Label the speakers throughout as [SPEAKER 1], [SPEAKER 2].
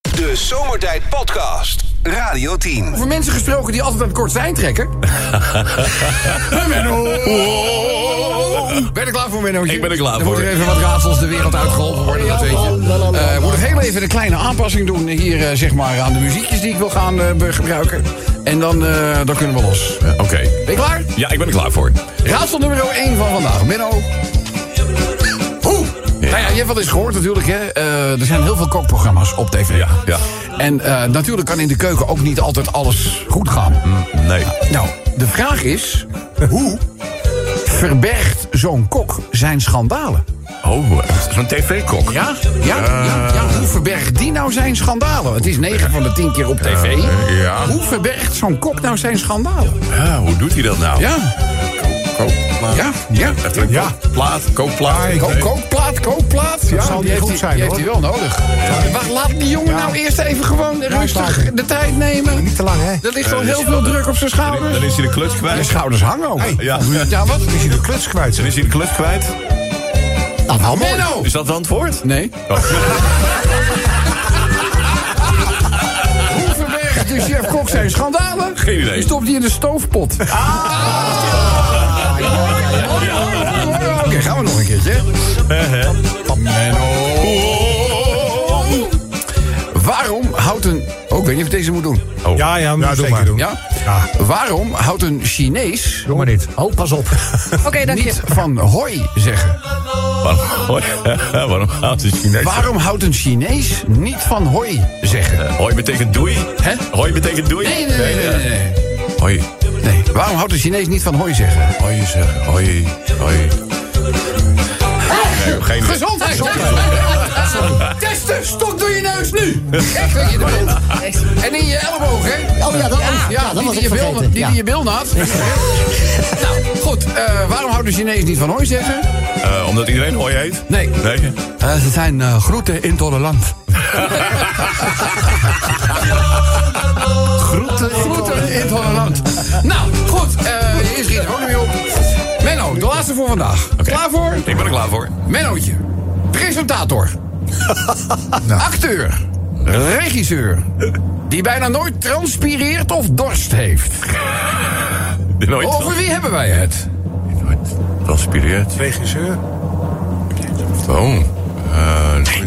[SPEAKER 1] De Zomertijd Podcast. Radio 10.
[SPEAKER 2] Over mensen gesproken die altijd aan het kortste eind trekken. Menno. Ben je er klaar voor, Menno?
[SPEAKER 3] Ik ben er klaar
[SPEAKER 2] Er
[SPEAKER 3] voor.
[SPEAKER 2] moeten even wat raadsels de wereld uitgeholpen worden, dat weet je. Eh, Ik moet nog heel even een kleine aanpassing doen hier eh, zeg maar, aan de muziekjes die ik wil gaan eh, be- gebruiken. En dan, eh, dan kunnen we los.
[SPEAKER 3] Oké.
[SPEAKER 2] Ben je klaar?
[SPEAKER 3] Ja, ik ben er klaar voor.
[SPEAKER 2] Raadsel nummer 1 van vandaag. Menno. Oeh. Nou ja, je hebt wel eens gehoord natuurlijk, hè. Eh, er zijn heel veel kookprogramma's op tv.
[SPEAKER 3] Ja, ja.
[SPEAKER 2] En eh, natuurlijk kan in de keuken ook niet altijd alles goed gaan.
[SPEAKER 3] Nee.
[SPEAKER 2] Nou, de vraag is: hoe verbergt zo'n kok zijn schandalen?
[SPEAKER 3] Oh, zo'n tv-kok.
[SPEAKER 2] Ja? Ja, ja, ja, hoe verbergt die nou zijn schandalen? Het is 9 van de 10 keer op tv.
[SPEAKER 3] eh, ja.
[SPEAKER 2] Hoe verbergt zo'n kok nou zijn schandalen?
[SPEAKER 3] Ja, hoe doet hij dat nou?
[SPEAKER 2] Ja,
[SPEAKER 3] Kookplaat.
[SPEAKER 2] ja, ja.
[SPEAKER 3] Echt een
[SPEAKER 4] Ja.
[SPEAKER 3] kookplaat. Kookplaat.
[SPEAKER 2] Kook, kookplaat, kookplaat. Ja,
[SPEAKER 4] zal
[SPEAKER 2] die
[SPEAKER 4] niet
[SPEAKER 2] heeft
[SPEAKER 4] goed
[SPEAKER 2] hij-
[SPEAKER 4] zijn,
[SPEAKER 2] die heeft hij wel nodig. Wacht, laat die jongen nou eerst even gewoon rustig
[SPEAKER 4] Paul.
[SPEAKER 2] de tijd nemen.
[SPEAKER 4] Niet te lang, hè?
[SPEAKER 2] Er ligt al
[SPEAKER 3] Eh,
[SPEAKER 2] heel
[SPEAKER 3] dus-
[SPEAKER 2] veel druk op zijn
[SPEAKER 3] Dan
[SPEAKER 2] schouders.
[SPEAKER 3] is hij de kluts
[SPEAKER 2] Zijn
[SPEAKER 3] kwijt.
[SPEAKER 2] schouders hangen ook.
[SPEAKER 3] Ja.
[SPEAKER 2] Ja, wat?
[SPEAKER 4] Is je de kluts kwijt?
[SPEAKER 3] Dan is hij de kluts kwijt.
[SPEAKER 2] Nou, wel mooi. Menno!
[SPEAKER 3] Is dat het antwoord?
[SPEAKER 2] Nee. Hoe verbergt de chef Kok zijn schandalen?
[SPEAKER 3] Geen idee.
[SPEAKER 2] Die stopt die in de stoofpot. Ah! Oké, gaan we nog een keertje. Waarom houdt een... Oh, ik weet niet of ik deze moet doen.
[SPEAKER 3] Oh.
[SPEAKER 4] Ja, ja, moet
[SPEAKER 3] doe
[SPEAKER 4] zeker
[SPEAKER 3] maar.
[SPEAKER 4] doen.
[SPEAKER 2] Ja?
[SPEAKER 4] Ja.
[SPEAKER 2] Waarom houdt een Chinees
[SPEAKER 4] Doe maar niet. Oh, pas op.
[SPEAKER 5] Oké, dank je.
[SPEAKER 2] niet van hoi zeggen?
[SPEAKER 3] Waarom, waarom houdt de Chinees...
[SPEAKER 2] Waarom houdt een Chinees niet van hoi zeggen?
[SPEAKER 3] Eh, hoi betekent doei.
[SPEAKER 2] Hè?
[SPEAKER 3] Hoi betekent doei. Eh,
[SPEAKER 2] Nee, nee, nee, nee. nee, nee.
[SPEAKER 3] Hoi.
[SPEAKER 2] Nee, waarom houdt de Chinees niet van hoi zeggen?
[SPEAKER 3] Hoi zeg. Hoi. Hoi. Nee, geen idee.
[SPEAKER 2] Gezondheid! Testen! Stok door je neus nu! Echt dat je de mond. En in je elleboog, hè?
[SPEAKER 6] Oh ja, dat, ja, ja, dat
[SPEAKER 2] die
[SPEAKER 6] was
[SPEAKER 2] die
[SPEAKER 6] ik
[SPEAKER 2] je bil-
[SPEAKER 6] vergeten.
[SPEAKER 2] Die
[SPEAKER 6] Ja.
[SPEAKER 2] die je bil nat. Nou, goed. eh, waarom houdt de Chinees niet van hoi zeggen?
[SPEAKER 3] Eh, omdat iedereen hoi heet?
[SPEAKER 2] Nee.
[SPEAKER 3] Nee?
[SPEAKER 2] Eh, ze zijn groeten intolerant.
[SPEAKER 4] Groeten.
[SPEAKER 2] Groeten intolerant. Nou, goed. eh is er iets ook niet meer op. Menno, de laatste voor vandaag. Klaar voor?
[SPEAKER 3] Ik ben er klaar voor.
[SPEAKER 2] Mennootje. Presentator.
[SPEAKER 3] Nou.
[SPEAKER 2] Acteur. Regisseur. Die bijna nooit transpireert of dorst heeft.
[SPEAKER 3] Nooit.
[SPEAKER 2] Over wie hebben wij het?
[SPEAKER 3] Nooit. Transpireert.
[SPEAKER 4] Regisseur.
[SPEAKER 3] Oh. eh nee.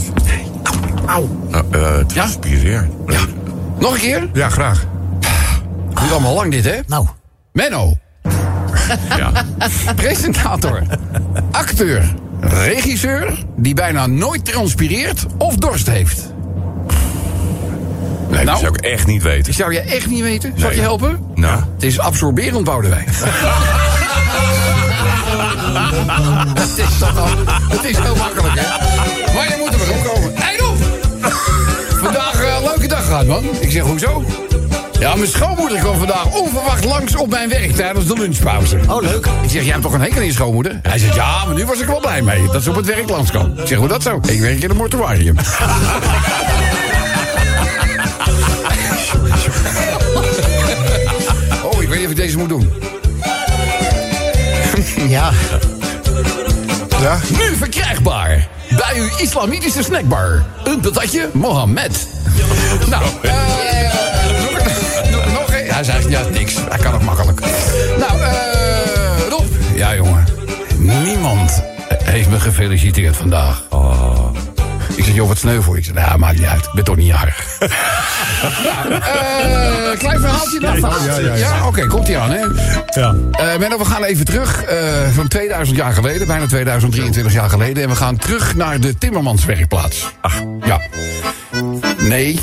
[SPEAKER 4] Auw.
[SPEAKER 3] Nou, eh, transpireert. Ja.
[SPEAKER 2] Nog een keer?
[SPEAKER 4] Ja, graag.
[SPEAKER 2] Duurt allemaal lang dit, hè?
[SPEAKER 6] Nou,
[SPEAKER 2] Menno.
[SPEAKER 3] ja.
[SPEAKER 2] Presentator. Acteur. Regisseur. Die bijna nooit transpireert of dorst heeft.
[SPEAKER 3] Nee,
[SPEAKER 2] Nou?
[SPEAKER 3] dat zou ik echt niet weten.
[SPEAKER 2] Zou je echt niet weten? Zou ik je
[SPEAKER 3] Nee.
[SPEAKER 2] helpen?
[SPEAKER 3] Nou.
[SPEAKER 2] Het is absorberend, Boudewijn. het is toch al... Het is heel makkelijk, hè? Maar je moet er maar op komen. Eind op! Vandaag eh, een leuke dag gehad, man. Ik zeg, hoezo? Ja, mijn schoonmoeder kwam vandaag onverwacht langs op mijn werk tijdens de lunchpauze.
[SPEAKER 6] oh leuk.
[SPEAKER 2] Ik zeg, jij hebt toch een hekel in je schoonmoeder? Hij zegt, ja, maar nu was ik wel blij mee dat ze op het werk langs kan. Ik zeg, hoe dat zo? Ik werk in een mortuarium. oh, ik weet niet of ik deze moet doen.
[SPEAKER 6] Ja,
[SPEAKER 4] Ja.
[SPEAKER 2] Nu verkrijgbaar bij uw islamitische snackbar. Een patatje Mohammed. Nou, eh, doe- doe- nog een. Hij zegt, ja, niks. Hij kan het makkelijk. Nou, eh, Rob. Ja, jongen. Niemand heeft me gefeliciteerd vandaag. Ik zeg, joh, wat sneu voor je. Ik zeg, nou, maakt niet uit. Ik ben toch niet jarig. nou, eh, klein verhaaltje dan.
[SPEAKER 4] ja, ja, ja.
[SPEAKER 2] oké, komt ie aan, hè.
[SPEAKER 4] Ja.
[SPEAKER 2] Eh Menno, we gaan even terug eh, van 2000 jaar geleden, bijna 2023 jaar geleden. En we gaan terug naar de Timmermanswerkplaats. Ach. Ja. Nee,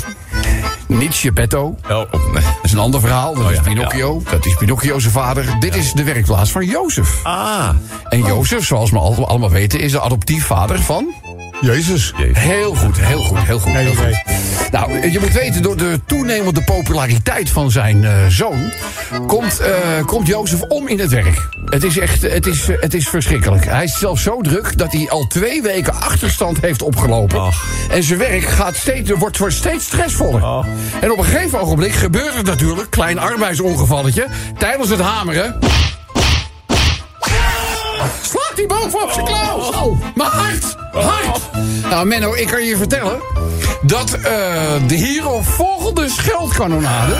[SPEAKER 2] niet Geppetto.
[SPEAKER 3] Oh, oh, nee.
[SPEAKER 2] Dat is een ander verhaal. Dat
[SPEAKER 3] Oh
[SPEAKER 2] is
[SPEAKER 3] ja,
[SPEAKER 2] Pinocchio. Dat is Pinocchio zijn vader. Dit is de werkplaats van Jozef.
[SPEAKER 3] Ah.
[SPEAKER 2] En
[SPEAKER 4] Oh.
[SPEAKER 2] Jozef, zoals we al- allemaal weten, is de adoptiefvader van...
[SPEAKER 4] Jezus.
[SPEAKER 2] Heel goed, heel goed, heel goed. Heel
[SPEAKER 4] idee.
[SPEAKER 2] goed. Nou, eh, je moet weten, door de toenemende populariteit van zijn eh, zoon... Komt, eh, komt Jozef om in het werk. Het is echt, het is, eh, het is verschrikkelijk. Hij is zelfs zo druk dat hij al twee weken achterstand heeft opgelopen.
[SPEAKER 3] Ach.
[SPEAKER 2] En zijn werk gaat steeds, wordt, wordt steeds stressvoller. En op een gegeven ogenblik gebeurt het natuurlijk, klein arbeidsongevalletje... tijdens het hameren... Slak! Ligt hij boven op zijn klauw? Oh, mijn hart. Hart. Nou, Menno, ik kan je vertellen dat eh, de hero volgende scheldkanonade...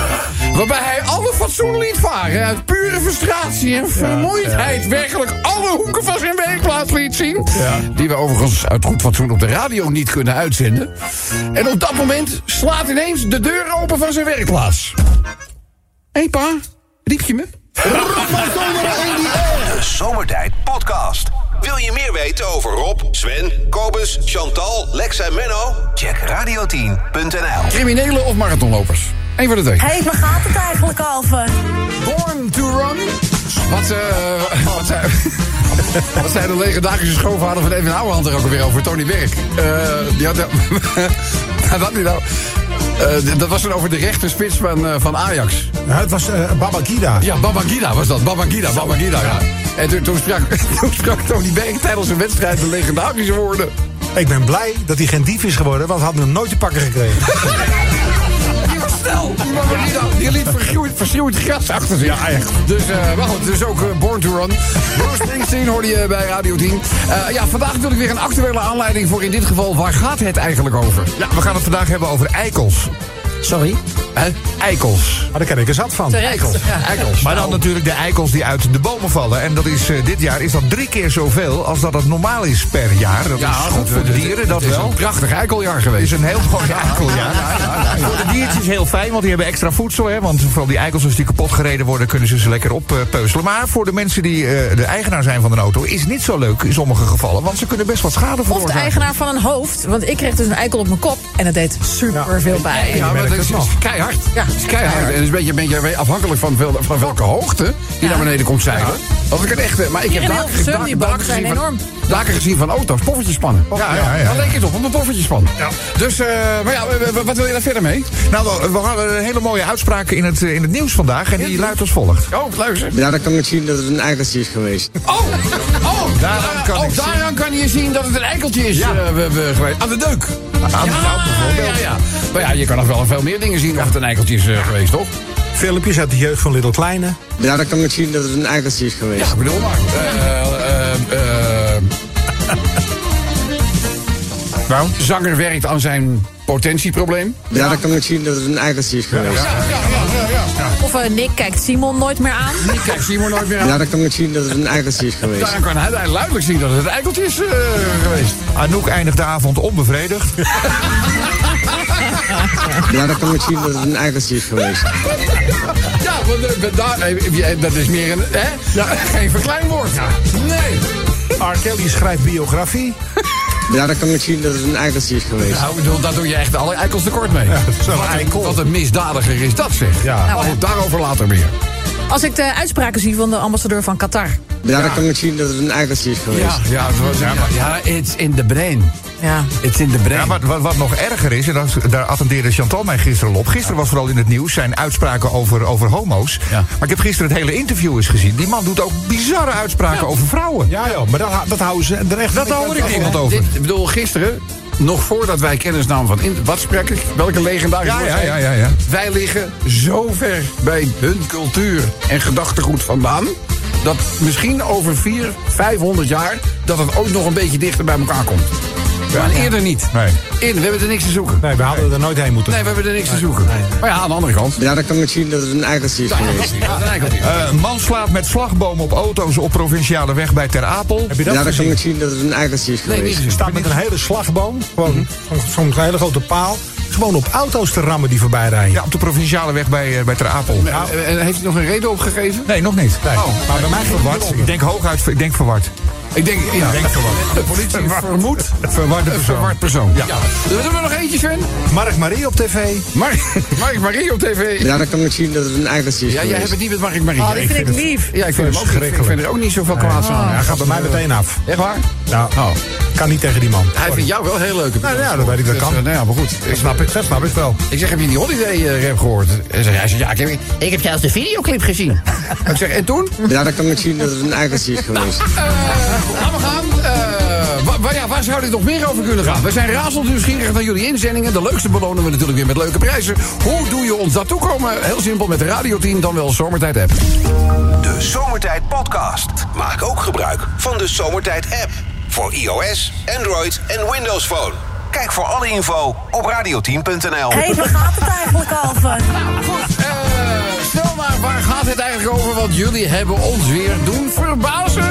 [SPEAKER 2] waarbij hij alle fatsoen liet varen... uit pure frustratie en vermoeidheid... werkelijk alle hoeken van zijn werkplaats liet zien... die we overigens uit goed fatsoen op de radio niet kunnen uitzenden... en op dat moment slaat ineens de deur open van zijn werkplaats. Hé pa, riep je me?
[SPEAKER 1] De Zomertijd Podcast. Wil je meer weten over Rob, Sven, Kobus, Chantal, Lex en Menno? Check radio10.nl.
[SPEAKER 2] Criminelen of marathonlopers? Eén van de twee.
[SPEAKER 5] Hé, hey, waar gaat het eigenlijk over?
[SPEAKER 2] Born to Run. Wat, eh wat, zei, wat zei de legendarische schoonvader van Edwin Ouwehand er ook alweer over? Tony Werk. Eh, die had... eh, wat niet nou? Eh, dat was dan over de rechterspits van, eh, van Ajax.
[SPEAKER 4] Nou, het was eh Babakida.
[SPEAKER 2] Ja, Babangida was dat. Babangida, Babangida, ja. En toen, toen, sprak, toen sprak Tony Berg tijdens een wedstrijd de legendarische woorden.
[SPEAKER 4] Ik ben blij dat hij geen dief is geworden, want we hadden hem nooit te pakken gekregen.
[SPEAKER 2] Die was snel. Die Babangida, die liet verschroeid, verschroeid gras achter zich. Ja, echt. Dus, eh maar goed, dus ook eh, Born to Run. Bruce Springsteen hoorde je bij Radio 10. Eh, ja, vandaag natuurlijk weer een actuele aanleiding voor in dit geval... waar gaat het eigenlijk over?
[SPEAKER 7] Ja, we gaan het vandaag hebben over eikels.
[SPEAKER 4] Sorry?
[SPEAKER 2] Hè? Eikels.
[SPEAKER 4] Maar daar ken ik er zat van.
[SPEAKER 2] Eikels. Eikels. Nou.
[SPEAKER 7] Maar dan natuurlijk de eikels die uit de bomen vallen. En dat is, eh, dit jaar is dat drie keer zoveel als dat het normaal is per jaar. Dat
[SPEAKER 2] Ja,
[SPEAKER 7] is goed voor de dieren, dat
[SPEAKER 2] Het is
[SPEAKER 7] wel.
[SPEAKER 2] een prachtig eikeljaar
[SPEAKER 7] Het
[SPEAKER 2] geweest.
[SPEAKER 7] is een heel mooi eikeljaar. Voor de diertjes heel fijn, want die hebben extra voedsel. Hè? Want vooral die eikels, als die kapot gereden worden, kunnen ze ze lekker oppeuzelen. Maar voor de mensen die eh, de eigenaar zijn van een auto, is het niet zo leuk in sommige gevallen. Want ze kunnen best wat schade
[SPEAKER 5] Of de
[SPEAKER 7] veroorzaken.
[SPEAKER 5] eigenaar van een hoofd. Want ik kreeg dus een eikel op mijn kop. En het deed super veel bij.
[SPEAKER 2] Ja, maar dat is, is keihard. Ja, is keihard. En het is een beetje, een beetje afhankelijk van, veel, van welke hoogte die naar beneden komt zeilen. Als ik het echt. eh, Maar ik
[SPEAKER 5] Hier
[SPEAKER 2] heb
[SPEAKER 5] in
[SPEAKER 2] daken,
[SPEAKER 5] Hilversum,
[SPEAKER 2] daken-
[SPEAKER 5] die bomen
[SPEAKER 2] daken
[SPEAKER 5] zijn
[SPEAKER 2] gezien
[SPEAKER 5] enorm.
[SPEAKER 2] Van, daken gezien van auto's, poffertjespannen. Ja, ja,
[SPEAKER 7] ja,
[SPEAKER 2] ja.
[SPEAKER 7] ja.
[SPEAKER 2] Daar leek het op, op een poffertjespan. Dus, eh, maar ja, w- w- wat wil je daar verder mee?
[SPEAKER 7] Nou, we- we hadden een hele mooie uitspraak in het, eh, in het nieuws vandaag. En die luidt als volgt.
[SPEAKER 2] Oh, luister.
[SPEAKER 8] Ja, dan kan ik zien dat het een eikeltje is geweest.
[SPEAKER 2] Oh, oh, daaraan
[SPEAKER 7] Daaraan kan
[SPEAKER 2] kan, oh,
[SPEAKER 7] ik zien-
[SPEAKER 2] daaraan kan je zien dat het een eikeltje is eh, we, we, geweest. Aan de deuk.
[SPEAKER 7] Aan de goud bijvoorbeeld.
[SPEAKER 2] Ja, ja. Maar ja, je kan nog wel veel meer dingen zien of het een eikeltje is eh, geweest, toch?
[SPEAKER 4] Filmpjes uit de jeugd van Little Kleine.
[SPEAKER 8] Ja, dan kan ik zien dat het een eikeltje is geweest.
[SPEAKER 2] Ja, ik bedoel maar. Eh, eh, eh,
[SPEAKER 7] Waarom?
[SPEAKER 2] zanger werkt aan zijn potentieprobleem.
[SPEAKER 8] Ja, dan kan ik zien dat het een eikeltje is geweest.
[SPEAKER 5] Of eh, Nick kijkt Simon nooit meer aan.
[SPEAKER 2] Ik kijk Simon nooit meer aan.
[SPEAKER 8] Ja, dan kan ik zien dat het een eikeltje is geweest.
[SPEAKER 2] Daar kan hij duidelijk zien dat het een eikeltje is eh, geweest.
[SPEAKER 7] Anouk eindigt de avond onbevredigd.
[SPEAKER 8] Ja, dan kan ik zien dat het een eikeltje is geweest.
[SPEAKER 2] Ja, want eh, we- daar, eh, eh, dat is meer een... Hè? Geen verkleinwoord. Nee.
[SPEAKER 4] R. Kelly schrijft biografie.
[SPEAKER 8] Ja, dan kan ik zien dat het een eikeltje is geweest.
[SPEAKER 2] Nou, ik bedoel, daar doe je echt alle eikels tekort mee.
[SPEAKER 4] zo'n
[SPEAKER 2] Wat een-
[SPEAKER 4] eikel.
[SPEAKER 2] Wat een misdadiger is dat, zeg.
[SPEAKER 4] Ja.
[SPEAKER 2] Maar goed, daarover later meer.
[SPEAKER 5] Als ik de uitspraken zie van de ambassadeur van Qatar.
[SPEAKER 8] Ja, dan kan ik zien dat het een eikeltje is geweest.
[SPEAKER 2] ja, het was- ja, ja, it's in the brain.
[SPEAKER 5] Ja.
[SPEAKER 2] It's in the brain.
[SPEAKER 7] Ja, wat, wat, wat nog erger is, en dat, daar attendeerde Chantal mij gisteren al op. Gisteren was vooral in het nieuws zijn uitspraken over, over homo's.
[SPEAKER 2] Ja.
[SPEAKER 7] Maar ik heb gisteren het hele interview eens gezien. Die man doet ook bizarre uitspraken over vrouwen.
[SPEAKER 4] Ja, joh, maar dat, hou- Nou, dat houden ze er echt
[SPEAKER 7] Dat hoor ik
[SPEAKER 4] niet.
[SPEAKER 7] niemand over.
[SPEAKER 2] Dit, ik bedoel, gisteren, nog voordat wij kennis namen van... In, wat sprak ik? Welke legendarische
[SPEAKER 7] Ja, ja,
[SPEAKER 2] woordzijde?
[SPEAKER 7] ja, ja, ja.
[SPEAKER 2] Wij liggen zo ver bij hun cultuur en gedachtegoed vandaan... dat misschien over 400, 500 jaar... dat het ook nog een beetje dichter bij elkaar komt. maar eerder niet.
[SPEAKER 7] Nee.
[SPEAKER 2] Eerder, we hebben er niks te zoeken. Nee,
[SPEAKER 4] Nee, we hadden er nooit heen moeten.
[SPEAKER 2] we hebben er niks te zoeken. Maar ja, aan de andere kant...
[SPEAKER 8] Ja, dan kan ik zien dat het een eikeltje is geweest.
[SPEAKER 2] Ja, dat eigenlijk niet.
[SPEAKER 7] Eh, een man slaat met slagbomen op auto's op provinciale weg bij Ter Apel.
[SPEAKER 4] Heb je dat
[SPEAKER 8] Ja, dan kan
[SPEAKER 4] gezien?
[SPEAKER 8] ik zien dat het een eikeltje is
[SPEAKER 2] Nee, niet
[SPEAKER 8] geweest.
[SPEAKER 2] zo.
[SPEAKER 4] staat met een hele slagboom, gewoon zo'n- zo'n hele grote paal, gewoon op auto's te rammen die voorbij rijden.
[SPEAKER 7] Ja, op de provinciale weg bij, eh, bij Ter Apel.
[SPEAKER 2] En heeft hij nog een reden opgegeven?
[SPEAKER 7] Nee, nog niet.
[SPEAKER 4] Nee.
[SPEAKER 7] Oh, maar bij mij verward. Ik denk hooguit, ver- ik denk verward.
[SPEAKER 2] Ik denk, ja,
[SPEAKER 7] denk verward.
[SPEAKER 2] de politie vermoedt
[SPEAKER 7] Verwarde
[SPEAKER 2] een
[SPEAKER 7] persoon.
[SPEAKER 2] verward persoon.
[SPEAKER 7] Ja.
[SPEAKER 2] Dus we doen er nog eentje, Sven.
[SPEAKER 4] Mark Marie op tv.
[SPEAKER 2] Mark, Mark Marie op tv.
[SPEAKER 8] Ja, dan kan ik zien dat het een eikeltje is
[SPEAKER 2] Ja, jij hebt
[SPEAKER 8] geweest.
[SPEAKER 2] het niet met Mark Marie.
[SPEAKER 5] Oh, die vind ik lief.
[SPEAKER 2] Ja, ik vind, hem ook, ik vind- ik vind er ook niet zoveel kwaads aan.
[SPEAKER 4] Hij gaat bij mij meteen af.
[SPEAKER 2] Echt waar?
[SPEAKER 4] Nou,
[SPEAKER 2] Oh.
[SPEAKER 4] kan niet tegen die man.
[SPEAKER 2] Hij vindt jou wel heel leuk.
[SPEAKER 4] Nou ja, dat weet ik, dat
[SPEAKER 2] Dus,
[SPEAKER 4] kan.
[SPEAKER 2] eh, nou ja, maar goed.
[SPEAKER 4] Dat snap ik, dat snap ik wel.
[SPEAKER 2] Ik zeg, heb je die holiday eh, rap gehoord? En zeg, hij zegt, ja, ik heb, ik heb zelfs de videoclip gezien. ik zeg, en toen?
[SPEAKER 8] Ja, dan kan ik zien dat het een eikeltje is geweest.
[SPEAKER 2] Eh, laat maar gaan. Eh, wa- wa- ja, waar zou dit nog meer over kunnen gaan? We zijn razend nieuwsgierig naar jullie inzendingen. De leukste belonen we natuurlijk weer met leuke prijzen. Hoe doe je ons dat toekomen? Heel simpel met de radioteam, dan wel zomertijd app.
[SPEAKER 1] De Zomertijd Podcast. Maak ook gebruik van de Zomertijd app. Voor iOS, Android en Windows Phone. Kijk voor alle info op radioteam.nl.
[SPEAKER 9] Hé, waar gaat het eigenlijk over?
[SPEAKER 2] Goed, eh, stel maar, waar gaat het eigenlijk over? Want jullie hebben ons weer doen verbazen.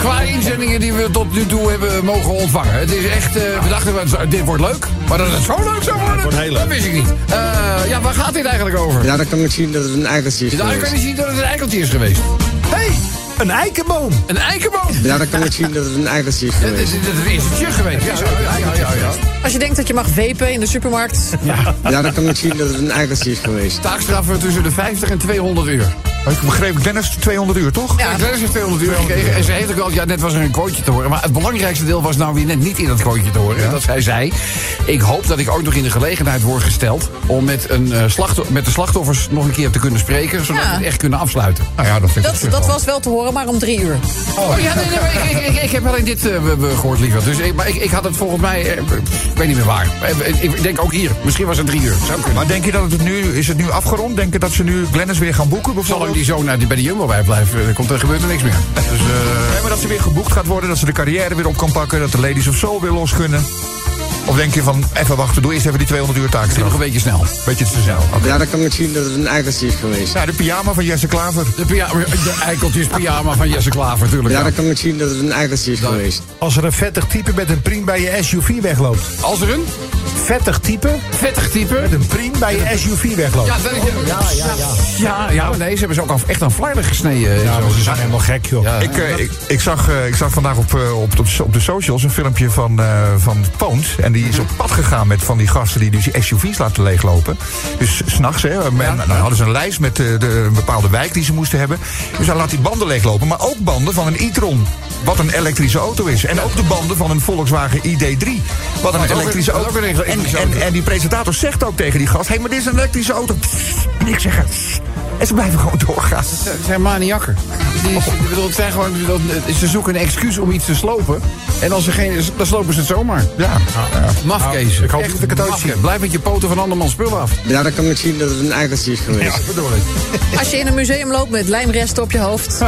[SPEAKER 2] Qua inzendingen die we tot nu toe hebben mogen ontvangen. Het is echt, eh, we dachten, wel, dit wordt leuk. Maar dat het zo leuk zou worden,
[SPEAKER 4] wordt heel leuk.
[SPEAKER 2] dat wist ik niet. Eh, ja, waar gaat dit eigenlijk over?
[SPEAKER 8] Ja, dan kan ik zien dat het een eikeltje is
[SPEAKER 2] Nou, ik kan
[SPEAKER 8] geweest.
[SPEAKER 2] niet zien dat het een eikeltje is geweest.
[SPEAKER 4] hey, een eikenboom.
[SPEAKER 2] Een eikenboom!
[SPEAKER 8] Ja, dan kan ik zien dat het een eikeltje is
[SPEAKER 2] Dat is,
[SPEAKER 8] geweest.
[SPEAKER 2] dat is een tje geweest. Ja, ja, ja, ja, ja.
[SPEAKER 5] Als je denkt dat je mag wepen in de supermarkt.
[SPEAKER 8] Ja, dan kan ik zien dat het een eikeltje is geweest.
[SPEAKER 2] Taakstraffen tussen de 50 en 200 uur.
[SPEAKER 6] Maar Ik begreep Dennis 200 uur, toch?
[SPEAKER 2] Ja, Dennis heeft 200 uur gekregen. En ze heeft ook wel, ja, net was er een quoteje te horen. Maar het belangrijkste deel was nou weer net niet in dat quoteje te horen. Dat zij zei, ik hoop dat ik ook nog in de gelegenheid word gesteld... om met, een, eh, slachtoffer- met de slachtoffers nog een keer te kunnen spreken... zodat
[SPEAKER 5] Ja.
[SPEAKER 2] we het echt kunnen afsluiten.
[SPEAKER 6] Nou ja, dat vind ik
[SPEAKER 5] Dat, dat was wel te horen, maar om drie uur.
[SPEAKER 2] Oh ja, nee, nee, maar ik, ik, ik, ik heb alleen dit eh, we- we gehoord, liever. Dus ik, maar ik, ik had het volgens mij, eh, ik weet niet meer waar. Eh, Ik, ik denk ook hier, misschien was het drie uur. Zou kunnen.
[SPEAKER 6] Maar denk je dat het nu, is het nu afgerond? Denk je dat ze nu Glennis weer gaan boeken
[SPEAKER 2] Zolang
[SPEAKER 6] bijvoorbeeld?
[SPEAKER 2] die zoon naar die- bij de Jumbo bij blijft, eh, komt er gebeurt er niks meer. Dus, eh,
[SPEAKER 6] Nee, maar dat ze weer geboekt gaat worden, dat ze de carrière weer op kan pakken... dat de Ladies of Soul weer los kunnen. Of denk je van, even wachten, doe eerst even die 200 uur taak.
[SPEAKER 2] nog een beetje snel.
[SPEAKER 6] Beetje te snel. Oké.
[SPEAKER 8] Ja, dan kan ik zien dat het een eikeltje is geweest.
[SPEAKER 6] Ja, de pyjama van Jesse Klaver.
[SPEAKER 2] De, pia- de eikeltjes pyjama van Jesse Klaver, natuurlijk.
[SPEAKER 8] Ja, dan kan ik zien dat het een eikeltje is geweest.
[SPEAKER 4] Als er een vettig type met een priem bij je SUV wegloopt.
[SPEAKER 2] Als er een
[SPEAKER 4] Vettig type
[SPEAKER 2] vettig type...
[SPEAKER 4] met een priem bij je SUV wegloopt.
[SPEAKER 2] Ja, dat is, ja, ja, ja. ja, maar nee, ze hebben ze ook al, echt aan flarden gesneden. eh,
[SPEAKER 4] Ja,
[SPEAKER 2] zo.
[SPEAKER 4] maar ze zijn helemaal gek, joh.
[SPEAKER 2] Ja.
[SPEAKER 6] Ik, eh, ik, ik, zag, eh, ik zag vandaag op, eh, op, op, op de socials een filmpje van, eh van Poons. En die is op pad gegaan met van die gasten die dus die SUV's laten leeglopen. Dus s'nachts, hè. men- nou, hadden ze een lijst met eh, de, een bepaalde wijk die ze moesten hebben. Dus hij laat die banden leeglopen. Maar ook banden van een e-tron. Wat een elektrische auto is. En ook de banden van een Volkswagen ID3. Wat een
[SPEAKER 2] ook een-
[SPEAKER 6] elektrische
[SPEAKER 2] wat
[SPEAKER 6] auto.
[SPEAKER 2] ook een elektrische
[SPEAKER 6] en, en,
[SPEAKER 2] auto.
[SPEAKER 6] en die presentator zegt ook tegen die gast... Hé, hey, maar dit is een elektrische auto. Pssst, en ik zeg... "Pssst." En ze blijven gewoon doorgaan.
[SPEAKER 2] Het zijn maniakken. Die, ik bedoel, het zijn gewoon, ze zoeken een excuus om iets te slopen. En als ze geen, dan slopen ze het zomaar.
[SPEAKER 6] Ja.
[SPEAKER 2] Mafkees.
[SPEAKER 4] ik hoop
[SPEAKER 2] Echt
[SPEAKER 4] dat ik het ooit
[SPEAKER 2] mafke. Blijf met je poten van andermans spullen af.
[SPEAKER 8] Ja, dan kan ik zien dat het een eikeltje is geweest.
[SPEAKER 2] bedoel ik.
[SPEAKER 5] Als je in een museum loopt met lijmresten op je hoofd.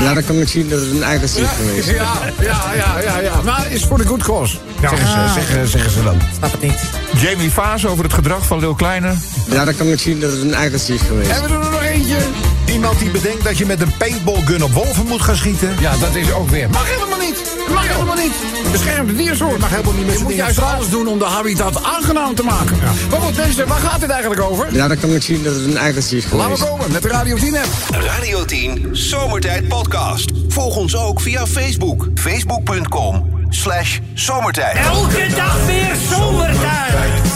[SPEAKER 8] Ja, dan kan ik zien dat het een eikeltje is geweest.
[SPEAKER 2] Ja, ja, ja, ja, ja. Maar is voor de good cause.
[SPEAKER 4] Ja.
[SPEAKER 2] Zeggen, ze, zeggen, zeggen ze dan.
[SPEAKER 5] Snap het niet.
[SPEAKER 6] Jamie Vaas over het gedrag van Lil Kleine.
[SPEAKER 8] Ja, dan kan ik zien dat het een eikeltje is geweest.
[SPEAKER 2] En we doen er nog eentje.
[SPEAKER 4] Iemand die bedenkt dat je met een paintballgun op wolven moet gaan schieten.
[SPEAKER 2] Ja, dat is ook weer. Mag helemaal niet. Mag helemaal niet. Beschermde diersoort. Mag helemaal niet met Je moet juist alles doen om de habitat aangenaam te maken. Maar goed, mensen, waar gaat het eigenlijk over?
[SPEAKER 8] Ja, dan kan ik zien dat het een eikeltje is
[SPEAKER 2] Laten we
[SPEAKER 8] geweest.
[SPEAKER 2] komen met de Radio 10 app.
[SPEAKER 1] Radio 10 Zomertijd Podcast. Volg ons ook via Facebook. Facebook.com slash zomertijd.
[SPEAKER 10] Elke dag weer zomertijd.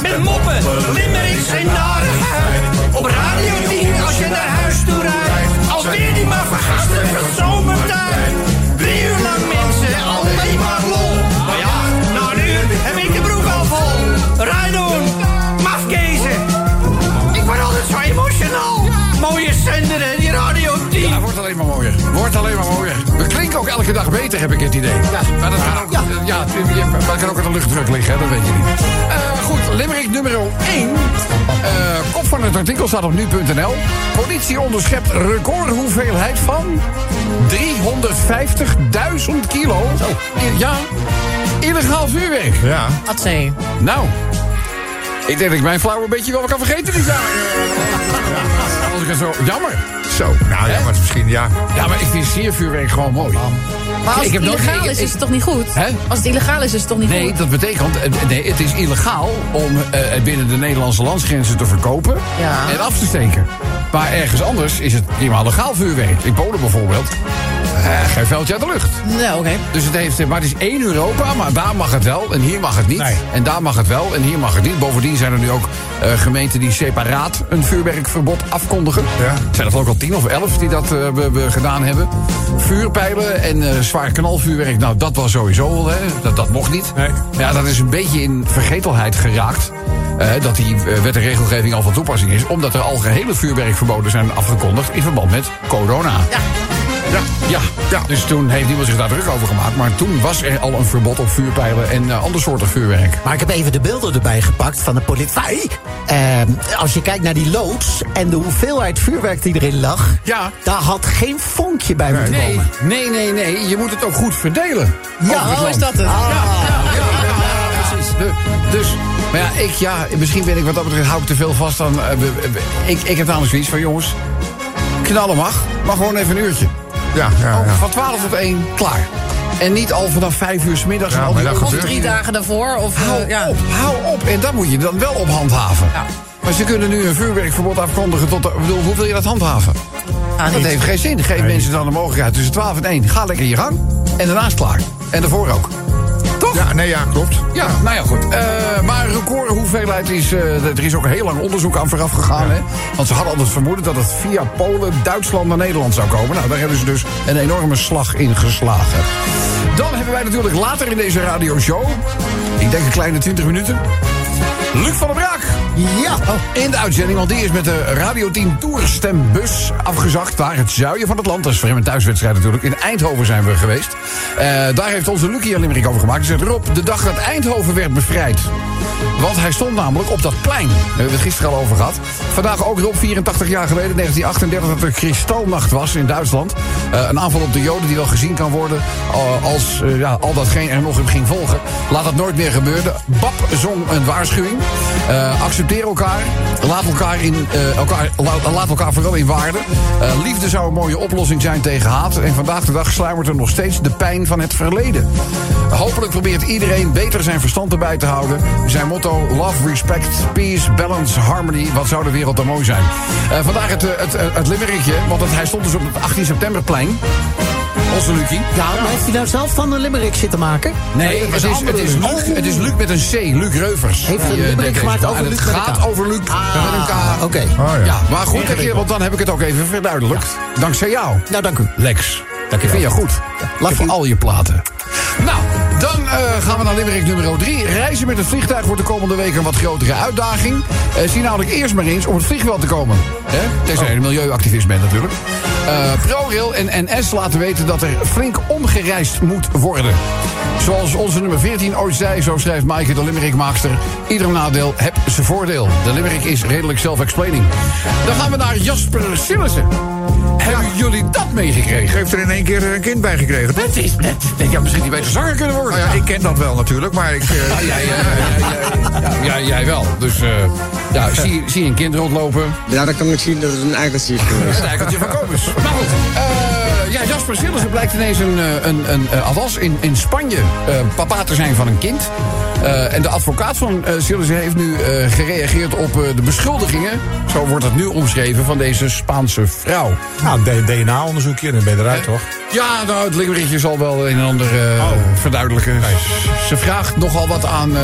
[SPEAKER 10] Met moppen, limmerings en narigheid. Op Radio 10 als je naar huis toe rijdt. Alweer die maar vergastige zomertijd. Drie uur lang mensen, alleen maar lol. Maar ja, na een uur heb ik de broek al vol. Rijdon, mafkezen. Ik word altijd zo emotional. Mooie zender en die Radio 10.
[SPEAKER 2] Ja, wordt alleen maar mooier. Wordt alleen maar mooier. We klinken ook elke dag beter, heb ik het idee. Ja, maar dat kan ook, ja. je- je- maar dat kan ook aan de luchtdruk liggen, hè, dat weet je niet. Eh, goed, limerick nummer 1. Eh, kop van het artikel staat op nu.nl. Politie onderschept recordhoeveelheid van 350.000 kilo. Ja, illegaal vuurwerk.
[SPEAKER 6] Ja.
[SPEAKER 5] Wat zei je?
[SPEAKER 2] Nou, ik denk dat ik mijn flauwe beetje wel kan vergeten die dag. Als ik het zo... Jammer.
[SPEAKER 6] Zo. Nou ja,
[SPEAKER 2] Hè?
[SPEAKER 6] maar het is misschien ja.
[SPEAKER 2] Ja, maar ik vind siervuurwerk gewoon mooi.
[SPEAKER 5] Maar als
[SPEAKER 2] Ik
[SPEAKER 5] het
[SPEAKER 2] heb nooit-
[SPEAKER 5] illegaal
[SPEAKER 2] ik-
[SPEAKER 5] is,
[SPEAKER 2] ik-
[SPEAKER 5] is het toch niet goed?
[SPEAKER 2] Hè?
[SPEAKER 5] Als het illegaal is, is het toch niet
[SPEAKER 2] Nee,
[SPEAKER 5] goed?
[SPEAKER 2] dat betekent, eh, nee, het is illegaal om eh, binnen de Nederlandse landsgrenzen te verkopen
[SPEAKER 5] Ja.
[SPEAKER 2] en af te steken. Maar ergens anders is het prima legaal vuurwerk. In Polen bijvoorbeeld. Eh, geen veldje uit de lucht.
[SPEAKER 5] Nou, oké.
[SPEAKER 2] Dus het heeft, eh, maar het is één Europa, maar daar mag het wel en hier mag het niet.
[SPEAKER 4] Nee.
[SPEAKER 2] En daar mag het wel en hier mag het niet. Bovendien zijn er nu ook eh, gemeenten die separaat een vuurwerkverbod afkondigen.
[SPEAKER 6] Ja.
[SPEAKER 2] Er zijn er ook al tien of elf die dat eh, we- we gedaan hebben. Vuurpijlen en eh, zwaar knalvuurwerk, nou dat was sowieso wel, hè. Dat, dat mocht niet.
[SPEAKER 4] Nee.
[SPEAKER 2] Ja, dat is een beetje in vergetelheid geraakt. eh, dat die eh, wet en regelgeving al van toepassing is. Omdat er al gehele vuurwerkverboden zijn afgekondigd in verband met corona.
[SPEAKER 5] Ja.
[SPEAKER 2] Ja. Ja. dus toen heeft niemand zich daar druk over gemaakt. Maar toen was er al een verbod op vuurpijlen en eh, ander soorten vuurwerk.
[SPEAKER 11] Maar ik heb even de beelden erbij gepakt van de politie. Ehm, als je kijkt naar die loods en de hoeveelheid vuurwerk die erin lag...
[SPEAKER 2] Ja.
[SPEAKER 11] daar had geen vonkje bij moeten
[SPEAKER 2] Nee,
[SPEAKER 11] komen.
[SPEAKER 2] nee, nee, nee. Je moet het ook goed verdelen. over het
[SPEAKER 5] oh, is
[SPEAKER 2] land. Ah,
[SPEAKER 5] dat het?
[SPEAKER 2] Precies. De- Dus, maar ja, ik, ja, misschien ben ik wat dat betreft, hou ik te veel vast aan. eh, we- we- ik, ik heb namelijk zoiets van, jongens, knallen mag, maar gewoon even een uurtje.
[SPEAKER 6] Ja, ja,
[SPEAKER 2] Ook
[SPEAKER 11] Oh.
[SPEAKER 6] ja.
[SPEAKER 2] Van 12 tot 1, klaar. En niet al vanaf 5 uur s middags.
[SPEAKER 6] Ja,
[SPEAKER 2] en al
[SPEAKER 6] maar
[SPEAKER 2] die
[SPEAKER 6] dat
[SPEAKER 5] Of
[SPEAKER 2] onzin.
[SPEAKER 5] drie dagen daarvoor. Of, eh,
[SPEAKER 2] Hou
[SPEAKER 5] ja.
[SPEAKER 2] op, hou op. En dat moet je dan wel op handhaven. Maar ze kunnen nu een vuurwerkverbod afkondigen tot... de- ik bedoel, hoe wil je dat handhaven? dat
[SPEAKER 5] niet.
[SPEAKER 2] heeft geen zin. Geef mensen dan de mogelijkheid tussen 12 en 1. Ga lekker je gang. En daarnaast klaar. En daarvoor ook. Toch?
[SPEAKER 6] Ja, nee, ja, klopt.
[SPEAKER 2] Ja, nou ja, goed. Eh, maar record hoeveelheid is... eh, er is ook heel lang onderzoek aan vooraf gegaan. Hè? Want ze hadden altijd vermoeden dat het via Polen, Duitsland naar Nederland zou komen. Nou, daar hebben ze dus een enorme slag in geslagen. Dan hebben wij natuurlijk later in deze radioshow... ik denk een kleine 20 minuten... Luc van der Braak
[SPEAKER 11] Ja,
[SPEAKER 2] in de uitzending, want die is met de Radioteam Toerstembus afgezakt naar het zuiden van het land. Dat is voor hem een thuiswedstrijd natuurlijk. In Eindhoven zijn we geweest. Eh, daar heeft onze Lucie Limerick over gemaakt. Hij zegt Rob, de dag dat Eindhoven werd bevrijd. Want hij stond namelijk op dat plein. Daar hebben we het gisteren al over gehad. Vandaag ook Rob, 84 jaar geleden, 1938, dat er kristalnacht was in Duitsland. Eh, een aanval op de Joden die wel gezien kan worden eh, als eh, ja, al datgene er nog in ging volgen. Laat dat nooit meer gebeuren. Bab zong een waarschuwing. Eh, accepteer elkaar. Laat elkaar, in, eh, elkaar, la- laat elkaar vooral in waarde. Eh, liefde zou een mooie oplossing zijn tegen haat. En vandaag de dag sluimert er nog steeds de pijn van het verleden. Hopelijk probeert iedereen beter zijn verstand erbij te houden. Zijn motto: Love, Respect, Peace, Balance, Harmony. Wat zou de wereld dan mooi zijn? Eh, vandaag het, eh, het, eh, het limmerikje, want het, hij stond dus op het 18 septemberplein. Onze Lucie.
[SPEAKER 11] ja maar heeft hij nou zelf van een limerick zitten maken?
[SPEAKER 2] Nee, het is, het, is Luc, het is Luc met een C, Luc Reuvers.
[SPEAKER 11] Heeft
[SPEAKER 2] Die,
[SPEAKER 11] een
[SPEAKER 2] eh,
[SPEAKER 11] limerick
[SPEAKER 2] deed deze.
[SPEAKER 11] gemaakt over
[SPEAKER 2] En
[SPEAKER 11] Luc
[SPEAKER 2] Het
[SPEAKER 11] met een
[SPEAKER 2] gaat
[SPEAKER 11] K.
[SPEAKER 2] over Luc met een K.
[SPEAKER 11] Ah, oké.
[SPEAKER 2] ja. maar goed, dat je, want dan heb ik het ook even verduidelijkt. Dankzij jou.
[SPEAKER 11] Nou, dank u.
[SPEAKER 2] Lex. ik
[SPEAKER 11] Dank je
[SPEAKER 2] vind je
[SPEAKER 11] wel.
[SPEAKER 2] goed.
[SPEAKER 11] Love
[SPEAKER 2] Ik heb
[SPEAKER 11] you.
[SPEAKER 2] al je platen. Nou, dan eh, gaan we naar Limerick nummer 3. Reizen met het vliegtuig wordt de komende week een wat grotere uitdaging. Eh zie namelijk eerst maar eens om het vliegveld te komen. Hè? Tenzij
[SPEAKER 11] Oh.
[SPEAKER 2] je een milieuactivist bent natuurlijk. Eh, ProRail en NS laten weten dat er flink omgereisd moet worden. Zoals onze nummer 14 ooit zei, zo schrijft Maaike de Limerickmaakster... ieder nadeel heb zijn voordeel. De Limerick is redelijk self-explaining. Dan gaan we naar Jasper Sillissen. Hebben jullie dat meegekregen?
[SPEAKER 6] Heeft er in één keer een kind bij gekregen, toch?
[SPEAKER 2] Het is net. Ik denk, ja, misschien die beter zanger kunnen worden.
[SPEAKER 6] Nou ja, ik ken dat wel natuurlijk, maar ik...
[SPEAKER 11] Oh,
[SPEAKER 6] eh,
[SPEAKER 2] Ah, jij, eh, jij, jij, ja, jij- jij wel. Dus eh, ja, zie, zie een kind rondlopen.
[SPEAKER 8] Ja, dat kan ik zien dat het een agressief geweest.
[SPEAKER 2] Stijkeltje van Kobus. Maar goed. eh, ja, Jasper Sillissen blijkt ineens een, eh, een, een eh, althans in, in Spanje eh, papa te zijn van een kind. Eh, en de advocaat van eh Sillissen heeft nu eh, gereageerd op eh, de beschuldigingen. Zo wordt het nu omschreven van deze Spaanse vrouw.
[SPEAKER 4] Nou, een DNA-onderzoekje, dan ben je eruit, toch?
[SPEAKER 2] Ja, nou, het limerickje zal wel een en ander eh, verduidelijken. Ze vraagt nogal wat aan. eh,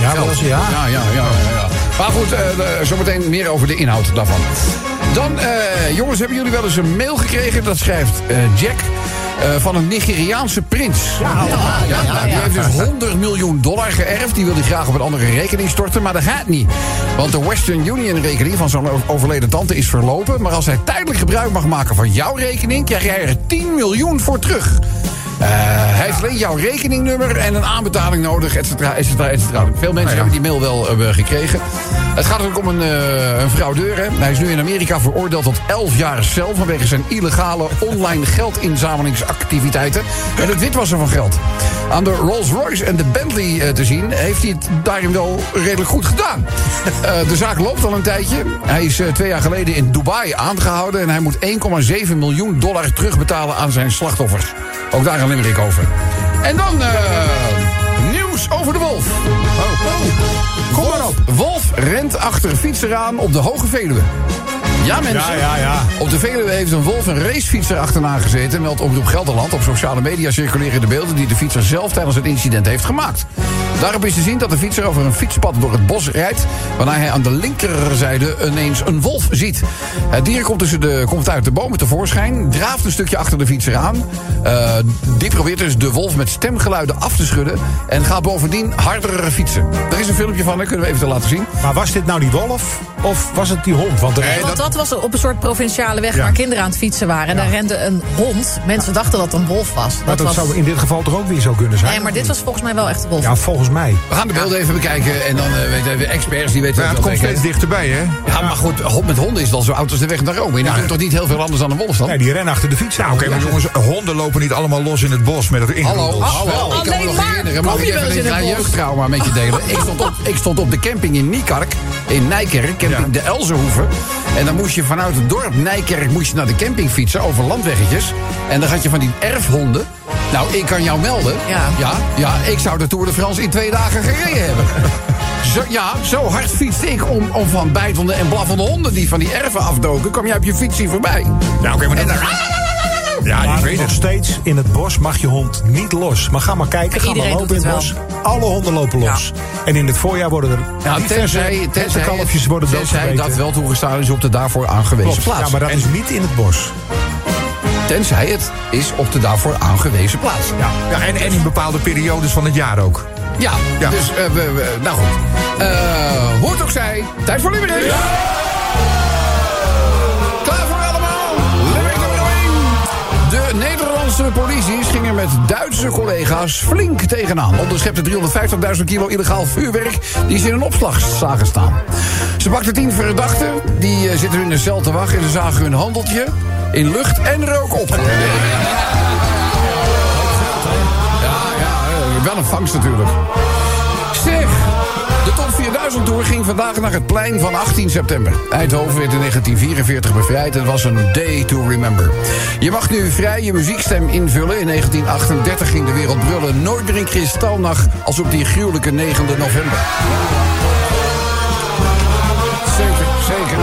[SPEAKER 4] Ja,
[SPEAKER 2] geld.
[SPEAKER 4] wel eens, ja.
[SPEAKER 2] Ja, ja, ja, ja, ja. Maar goed, eh, eh, zometeen meer over de inhoud daarvan. Dan, eh, jongens, hebben jullie wel eens een mail gekregen? Dat schrijft eh, Jack. eh, van een Nigeriaanse prins. Ja, nou, die heeft dus 100 miljoen dollar geërfd. Die wil hij graag op een andere rekening storten, maar dat gaat niet. Want de Western Union-rekening van zo'n overleden tante is verlopen. Maar als hij tijdelijk gebruik mag maken van jouw rekening, krijg jij er 10 miljoen voor terug. Eh, hij heeft alleen jouw rekeningnummer en een aanbetaling nodig, et cetera, et cetera, et cetera. Veel mensen hebben die mail wel eh, gekregen. Het gaat ook om een, eh een fraudeur. Hè? Hij is nu in Amerika veroordeeld tot 11 jaar cel... vanwege zijn illegale online geldinzamelingsactiviteiten... en het witwassen van geld. Aan de Rolls-Royce en de Bentley eh, te zien... heeft hij het daarin wel redelijk goed gedaan. Eh, de zaak loopt al een tijdje. Hij is eh, twee jaar geleden in Dubai aangehouden... en hij moet 1,7 miljoen dollar terugbetalen aan zijn slachtoffers. Ook daar een limerick over. En dan... eh, nieuws over de wolf. Kom maar op. Oh, Wolf rent achter fietser aan op de Hoge Veluwe. Ja, mensen.
[SPEAKER 4] Ja, ja, ja.
[SPEAKER 2] Op de Veluwe heeft een wolf een racefietser achterna gezeten... meldt Omroep Gelderland. Op sociale media circuleren de beelden... die de fietser zelf tijdens het incident heeft gemaakt. Daarop is te zien dat de fietser over een fietspad door het bos rijdt... waarna hij aan de linkerzijde ineens een wolf ziet. Het dier komt, tussen de, komt uit de bomen tevoorschijn... draaft een stukje achter de fietser aan. Eh, die probeert dus de wolf met stemgeluiden af te schudden... en gaat bovendien harder fietsen. Er is een filmpje van, dat kunnen we even laten zien.
[SPEAKER 4] Maar was dit nou die wolf of was het die hond? Want er
[SPEAKER 5] Nee, want dat was op een soort provinciale weg waar kinderen aan het fietsen waren. En daar rende een hond. Mensen dachten dat het een wolf was.
[SPEAKER 4] maar dat
[SPEAKER 5] was...
[SPEAKER 4] zou in dit geval toch ook weer zo kunnen zijn?
[SPEAKER 5] Nee, maar dit was volgens mij wel echt een wolf.
[SPEAKER 4] Ja, volgens mij.
[SPEAKER 2] We gaan de beelden even bekijken en dan eh, weten we experts die weten
[SPEAKER 6] Maar het
[SPEAKER 2] wel
[SPEAKER 6] komt
[SPEAKER 2] zeker.
[SPEAKER 6] steeds dichterbij, hè?
[SPEAKER 2] Ja, maar goed, hond met honden is wel zo oud als de weg naar Rome. En die doet toch niet heel veel anders dan een wolf dan?
[SPEAKER 4] Nee, die rennen achter de fiets. Nou,
[SPEAKER 6] Oké, maar jongens, honden lopen niet allemaal los in het bos met het
[SPEAKER 2] Hallo,
[SPEAKER 6] ingerold.
[SPEAKER 2] hallo. Ik kan me
[SPEAKER 5] Alleen
[SPEAKER 2] nog
[SPEAKER 5] maar
[SPEAKER 2] herinneren,
[SPEAKER 5] kom
[SPEAKER 2] mag ik
[SPEAKER 5] je wel eens
[SPEAKER 2] even een
[SPEAKER 5] in een
[SPEAKER 2] klein
[SPEAKER 5] wolf?
[SPEAKER 2] jeugdtrauma met je delen? ik, stond op, ik stond op de camping in Niekark, in Nijkerk, camping de Elzenhoeve. En dan moest je vanuit het dorp Nijkerk moest je naar de camping fietsen over landweggetjes. En dan had je van die erfhonden. Nou, ik kan jou melden.
[SPEAKER 5] Ja.
[SPEAKER 2] ja, ja, ik zou de Tour de France in twee dagen gereden hebben. Zo, ja, zo hard fietste ik om, om van bijtende en blaffende honden die van die erven afdoken. kwam jij op je fiets hier voorbij.
[SPEAKER 6] Ja, Nou, oké, maar dat...
[SPEAKER 2] Ah,
[SPEAKER 6] Ja, ik
[SPEAKER 4] Maar
[SPEAKER 6] weet
[SPEAKER 4] nog
[SPEAKER 6] het.
[SPEAKER 4] steeds in het bos mag je hond niet los. Maar ga maar kijken, ga maar
[SPEAKER 5] Iedereen
[SPEAKER 4] lopen in
[SPEAKER 5] doet
[SPEAKER 4] het
[SPEAKER 5] het
[SPEAKER 4] bos. Alle honden lopen los. En in het voorjaar worden er
[SPEAKER 2] Ja,
[SPEAKER 4] diverse
[SPEAKER 2] tenzij, tenzij,
[SPEAKER 4] Nou, kalfjes worden
[SPEAKER 2] tenzij dat
[SPEAKER 4] doodgebeten.
[SPEAKER 2] wel toegestaan is op de daarvoor aangewezen
[SPEAKER 4] Klopt,
[SPEAKER 2] plaats.
[SPEAKER 4] ja, maar dat
[SPEAKER 2] En
[SPEAKER 4] is niet in het bos.
[SPEAKER 2] Tenzij het is op de daarvoor aangewezen plaats.
[SPEAKER 6] Ja, ja en, en in bepaalde periodes van het jaar ook.
[SPEAKER 2] Ja,
[SPEAKER 6] Ja.
[SPEAKER 2] dus eh, we, we- nou goed. Eh hoe het ook zij, tijd voor Limburg. Klaar voor allemaal? Limburg nummer één. De Nederlandse politie ging er met Duitse collega's flink tegenaan. Onderschepte 350.000 kilo illegaal vuurwerk die ze in een opslag zagen staan. Ze pakten tien verdachten, die eh, zitten in een cel te wachten... en ze zagen hun handeltje in lucht en rook op. Ja, ja, eh, wel een vangst natuurlijk. Zeg, de top 4000 tour ging vandaag naar het plein van 18 september. Eindhoven werd in 1944 bevrijd. Het was een day to remember. Je mag nu vrij je muziekstem invullen. In 1938 ging de wereld brullen. Nooit meer in kristalnacht als op die gruwelijke 9 november. Zeker, zeker.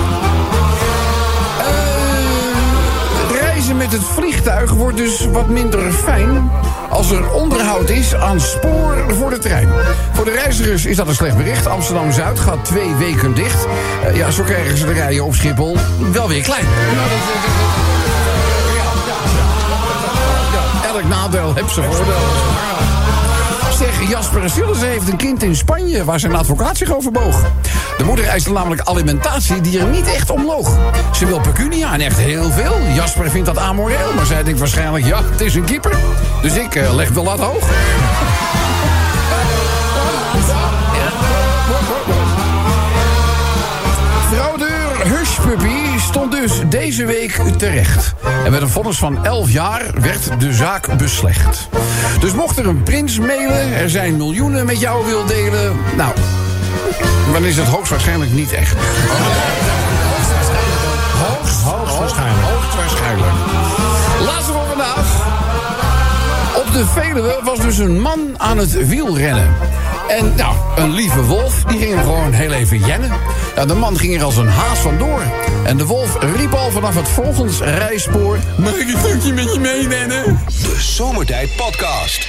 [SPEAKER 2] Eh, Reizen met het vliegtuig wordt dus wat minder fijn als er onderhoud is aan spoor voor de trein. Voor de reizigers is dat een slecht bericht. Amsterdam Zuid gaat twee weken dicht. Eh, ja, zo krijgen ze de rijen op Schiphol wel weer klein. Elk nadeel heeft zijn voordeel. Zeg, Jasper Sillissen heeft een kind in Spanje waar zijn advocaat zich over boog. De moeder eiste namelijk alimentatie die er niet echt omloog. Ze wil pecunia en echt heel veel. Jasper vindt dat amoreel, maar zij denkt waarschijnlijk... ja, het is een keeper, dus ik eh, leg de lat hoog. Fraudeur Hushpuppy stond dus deze week terecht. En met een vonnis van 11 jaar werd de zaak beslecht. Dus mocht er een prins mailen, er zijn miljoenen met jou wil delen... nou, dan is het hoogstwaarschijnlijk niet echt. Hoogst-
[SPEAKER 4] Hoogstwaarschijnlijk.
[SPEAKER 2] Hoogstwaarschijnlijk. Laatste voor vandaag. Op de Veluwe was dus een man aan het wielrennen. En nou, een lieve wolf, die ging hem gewoon heel even jennen. Ja, de man ging er als een haas vandoor. En de wolf riep al vanaf het volgend rijspoor... Mag ik een stukje met je meenemen?
[SPEAKER 1] De Zomertijd Podcast.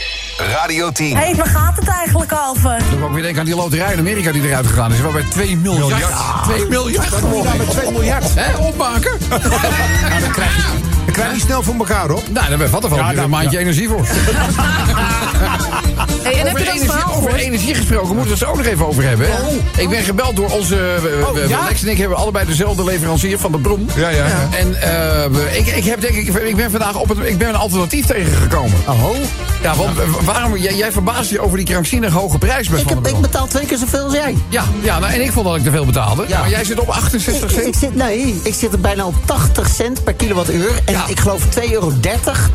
[SPEAKER 1] Radio 10.
[SPEAKER 9] Hé, hey, waar gaat het eigenlijk over?
[SPEAKER 2] Dan moet ik weer denken aan die loterij in Amerika die eruit gegaan is. Waarbij 2 miljard. Ah. 2 miljard geworden is.
[SPEAKER 4] 2 miljard.
[SPEAKER 2] Hè, opmaken? dan krijg je...
[SPEAKER 4] Dan krijg je niet snel voor elkaar op.
[SPEAKER 2] Nou, daar bevat er wel
[SPEAKER 4] Ja,
[SPEAKER 2] weer een
[SPEAKER 4] dan-
[SPEAKER 2] maandje energie voor.
[SPEAKER 5] Hey, en heb
[SPEAKER 2] Over
[SPEAKER 5] je dat
[SPEAKER 2] energie,
[SPEAKER 5] verhaal
[SPEAKER 2] over
[SPEAKER 5] gehoord?
[SPEAKER 2] energie gesproken moeten we het zo ook nog even over hebben. hè? Ik ben gebeld door onze... eh, we- we-
[SPEAKER 4] ja?
[SPEAKER 2] Lex en ik hebben allebei dezelfde leverancier van de Brom.
[SPEAKER 6] Ja, ja, ja.
[SPEAKER 2] En eh, we- ik, ik, heb, denk ik, ik ben vandaag op het, ik ben een alternatief tegengekomen.
[SPEAKER 4] Oh.
[SPEAKER 2] Ja, want eh, waarom, jij, jij verbaast je over die krankzinnig hoge prijs bij
[SPEAKER 11] Ik,
[SPEAKER 2] Van
[SPEAKER 11] heb,
[SPEAKER 2] der
[SPEAKER 11] ik
[SPEAKER 2] Brom.
[SPEAKER 11] betaal twee keer zoveel als jij.
[SPEAKER 2] Ja, ja nou, en ik vond dat ik te veel betaalde.
[SPEAKER 11] Ja.
[SPEAKER 2] Maar jij zit op
[SPEAKER 11] Ik,
[SPEAKER 2] 68
[SPEAKER 11] ik
[SPEAKER 2] cent.
[SPEAKER 11] zit, nee, ik zit er bijna op 80 cent per kilowattuur. En
[SPEAKER 2] Ja.
[SPEAKER 11] ik geloof 2,30 euro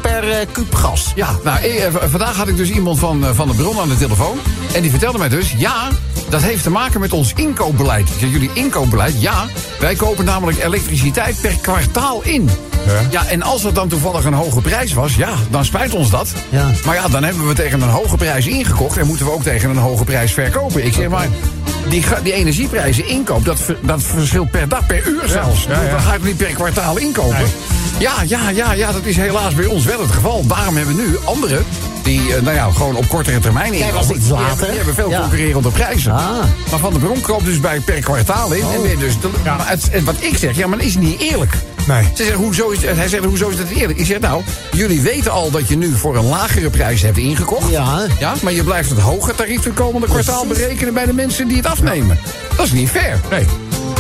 [SPEAKER 11] per eh kuub gas.
[SPEAKER 2] Ja, nou, eh, eh, v- vandaag had ik dus iemand van, eh, van de bron aan de telefoon. En die vertelde mij dus, ja, dat heeft te maken met ons inkoopbeleid. Ik zeg, Jullie inkoopbeleid, ja. Wij kopen namelijk elektriciteit per kwartaal in. Ja, en als dat dan toevallig een hoge prijs was, ja, dan spijt ons dat.
[SPEAKER 11] Ja.
[SPEAKER 2] Maar ja, dan hebben we tegen een hoge prijs ingekocht... en moeten we ook tegen een hoge prijs verkopen. Ik zeg maar, die, ga- die energieprijzen inkoop, dat, ver- dat verschilt per dag, per uur zelfs.
[SPEAKER 6] ja, ja.
[SPEAKER 2] Dan ga je het niet per kwartaal inkopen. Ja, ja, ja, ja, dat is helaas bij ons wel het geval. Daarom hebben nu anderen Die, eh, nou ja, gewoon op kortere termijn inkopen.
[SPEAKER 11] was iets
[SPEAKER 2] Die hebben-
[SPEAKER 11] later.
[SPEAKER 2] Die hebben veel
[SPEAKER 11] Ja. Ah.
[SPEAKER 2] concurrerende prijzen. Maar Van de Bron koopt dus bij per kwartaal in.
[SPEAKER 11] Oh.
[SPEAKER 2] En, weer dus, de- maar het- en wat ik zeg, ja, maar dat is niet eerlijk.
[SPEAKER 4] Nee.
[SPEAKER 2] Ze zeggen, hoezo is, hij zegt, hoezo is dat eerlijk? Ik zeg, nou, jullie weten al dat je nu voor een lagere prijs hebt ingekocht.
[SPEAKER 11] Ja.
[SPEAKER 2] ja maar je blijft het hoge tarief het komende kwartaal berekenen bij de mensen die het afnemen. Dat is niet fair.
[SPEAKER 4] Nee.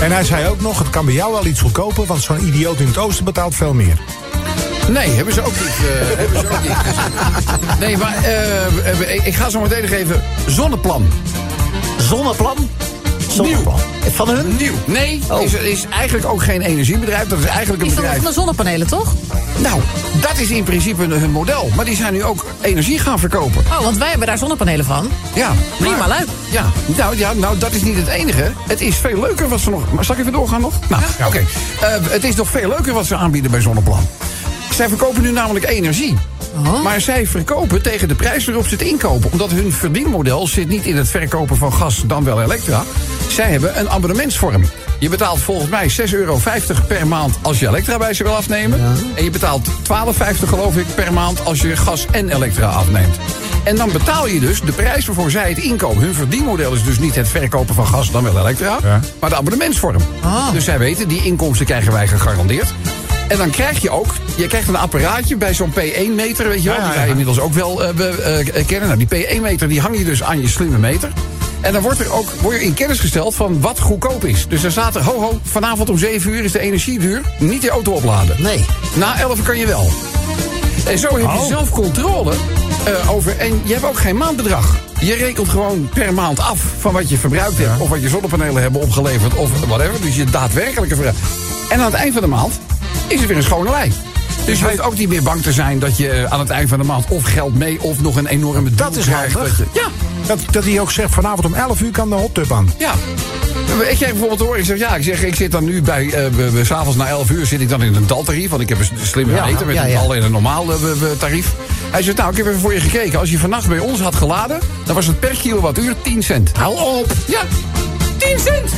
[SPEAKER 4] En hij zei ook nog, het kan bij jou wel iets goedkoper... want zo'n idioot in het oosten betaalt veel meer.
[SPEAKER 2] Nee, hebben ze ook niet. eh, hebben ze ook niet. Dus- nee, maar eh, eh, ik- ik ga zo meteen nog even zonneplan.
[SPEAKER 11] Zonneplan? Zonneplan. Van hun?
[SPEAKER 2] Nieuw. Nee, is, is eigenlijk ook geen energiebedrijf. Dat Oh. is eigenlijk een
[SPEAKER 5] Die van de-
[SPEAKER 2] bedrijf.
[SPEAKER 5] van de zonnepanelen, toch?
[SPEAKER 2] Nou, dat is in principe hun hun model. Maar die zijn nu ook energie gaan verkopen.
[SPEAKER 5] Oh, want wij hebben daar zonnepanelen van.
[SPEAKER 2] Ja,
[SPEAKER 5] Prima,
[SPEAKER 2] maar-
[SPEAKER 5] leuk.
[SPEAKER 2] Ja nou, ja, nou, dat is niet het enige. Het is veel leuker wat ze nog... Maar zal ik even doorgaan nog? Nou, oké. Eh, het is nog veel leuker wat ze aanbieden bij Zonneplan. Zij verkopen nu namelijk energie. Maar zij verkopen tegen de prijs waarop ze het inkopen. Omdat hun verdienmodel zit niet in het verkopen van gas, dan wel elektra. Zij hebben een abonnementsvorm. Je betaalt volgens mij 6,50 euro per maand als je elektra bij ze wil afnemen. En je betaalt 12,50 geloof ik per maand als je gas en elektra afneemt. En dan betaal je dus de prijs waarvoor zij het inkopen. Hun verdienmodel is dus niet het verkopen van gas, dan wel elektra. Maar de abonnementsvorm. Dus zij weten, die inkomsten krijgen wij gegarandeerd. En dan krijg je ook, je krijgt een apparaatje bij zo'n P1-meter, weet je wel. Die wij inmiddels ook wel eh, we- eh, kennen. Nou, die P1-meter, die hang je dus aan je slimme meter. En dan wordt er ook word je in kennis gesteld van wat goedkoop is. Dus dan staat er, ho ho, vanavond om 7 uur is de energie duur. Niet de auto opladen.
[SPEAKER 11] Nee.
[SPEAKER 2] Na 11 kan je wel. En zo heb je
[SPEAKER 4] Oh.
[SPEAKER 2] zelf controle eh, over. En je hebt ook geen maandbedrag. Je rekent gewoon per maand af van wat je verbruikt hebt. Of wat je zonnepanelen hebben opgeleverd. Of whatever. Dus je daadwerkelijke verbruik. En aan het eind van de maand is er weer een schone lei. Dus je hoeft ook niet meer bang te zijn dat je eh, aan het eind van de maand of geld mee of nog een enorme deal
[SPEAKER 4] Dat is
[SPEAKER 2] krijgt.
[SPEAKER 4] handig.
[SPEAKER 2] Dat je, ja,
[SPEAKER 4] Dat, dat hij ook zegt, vanavond om 11 uur kan de hot tub aan.
[SPEAKER 2] ja. Ik kreeg bijvoorbeeld te horen, ik zeg ja, ik, zeg, ik zit dan nu bij, eh, we- we- 's s'avonds na 11 uur zit ik dan in een daltarief, want ik heb een s- slimme
[SPEAKER 11] Ja,
[SPEAKER 2] meter met
[SPEAKER 11] ja,
[SPEAKER 2] een
[SPEAKER 11] ja.
[SPEAKER 2] dal en een normaal eh, we- we- tarief. Hij zegt nou, ik heb even voor je gekeken, als je vannacht bij ons had geladen, dan was het per kilowattuur 10 cent. Hou op! Ja, 10 cent!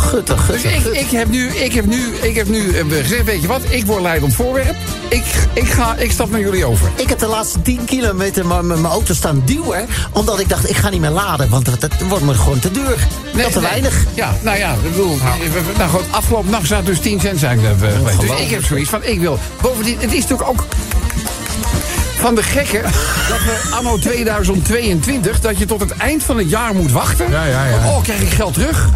[SPEAKER 11] Guttig,
[SPEAKER 2] Dus
[SPEAKER 11] guttig.
[SPEAKER 2] ik, ik heb nu, ik heb nu, ik heb nu eh, gezegd, weet je wat, ik word leidend voorwerp, ik, ik, ga, ik stap naar jullie over.
[SPEAKER 11] Ik heb de laatste 10 kilometer maar met mijn auto staan duwen. Omdat ik dacht, ik ga niet meer laden. Want dat, dat wordt me gewoon te duur. dat te weinig.
[SPEAKER 2] Ja, nou ja, ik bedoel, we- we- nou goed, afgelopen nacht zat dus 10 cent zijn we geweest. Dus ik heb zoiets van, ik wil. Bovendien, het is natuurlijk ook van de gekken dat we anno 2022 dat je tot het eind van het jaar moet wachten.
[SPEAKER 4] Ja, ja, ja.
[SPEAKER 2] Want, Oh, krijg ik geld terug?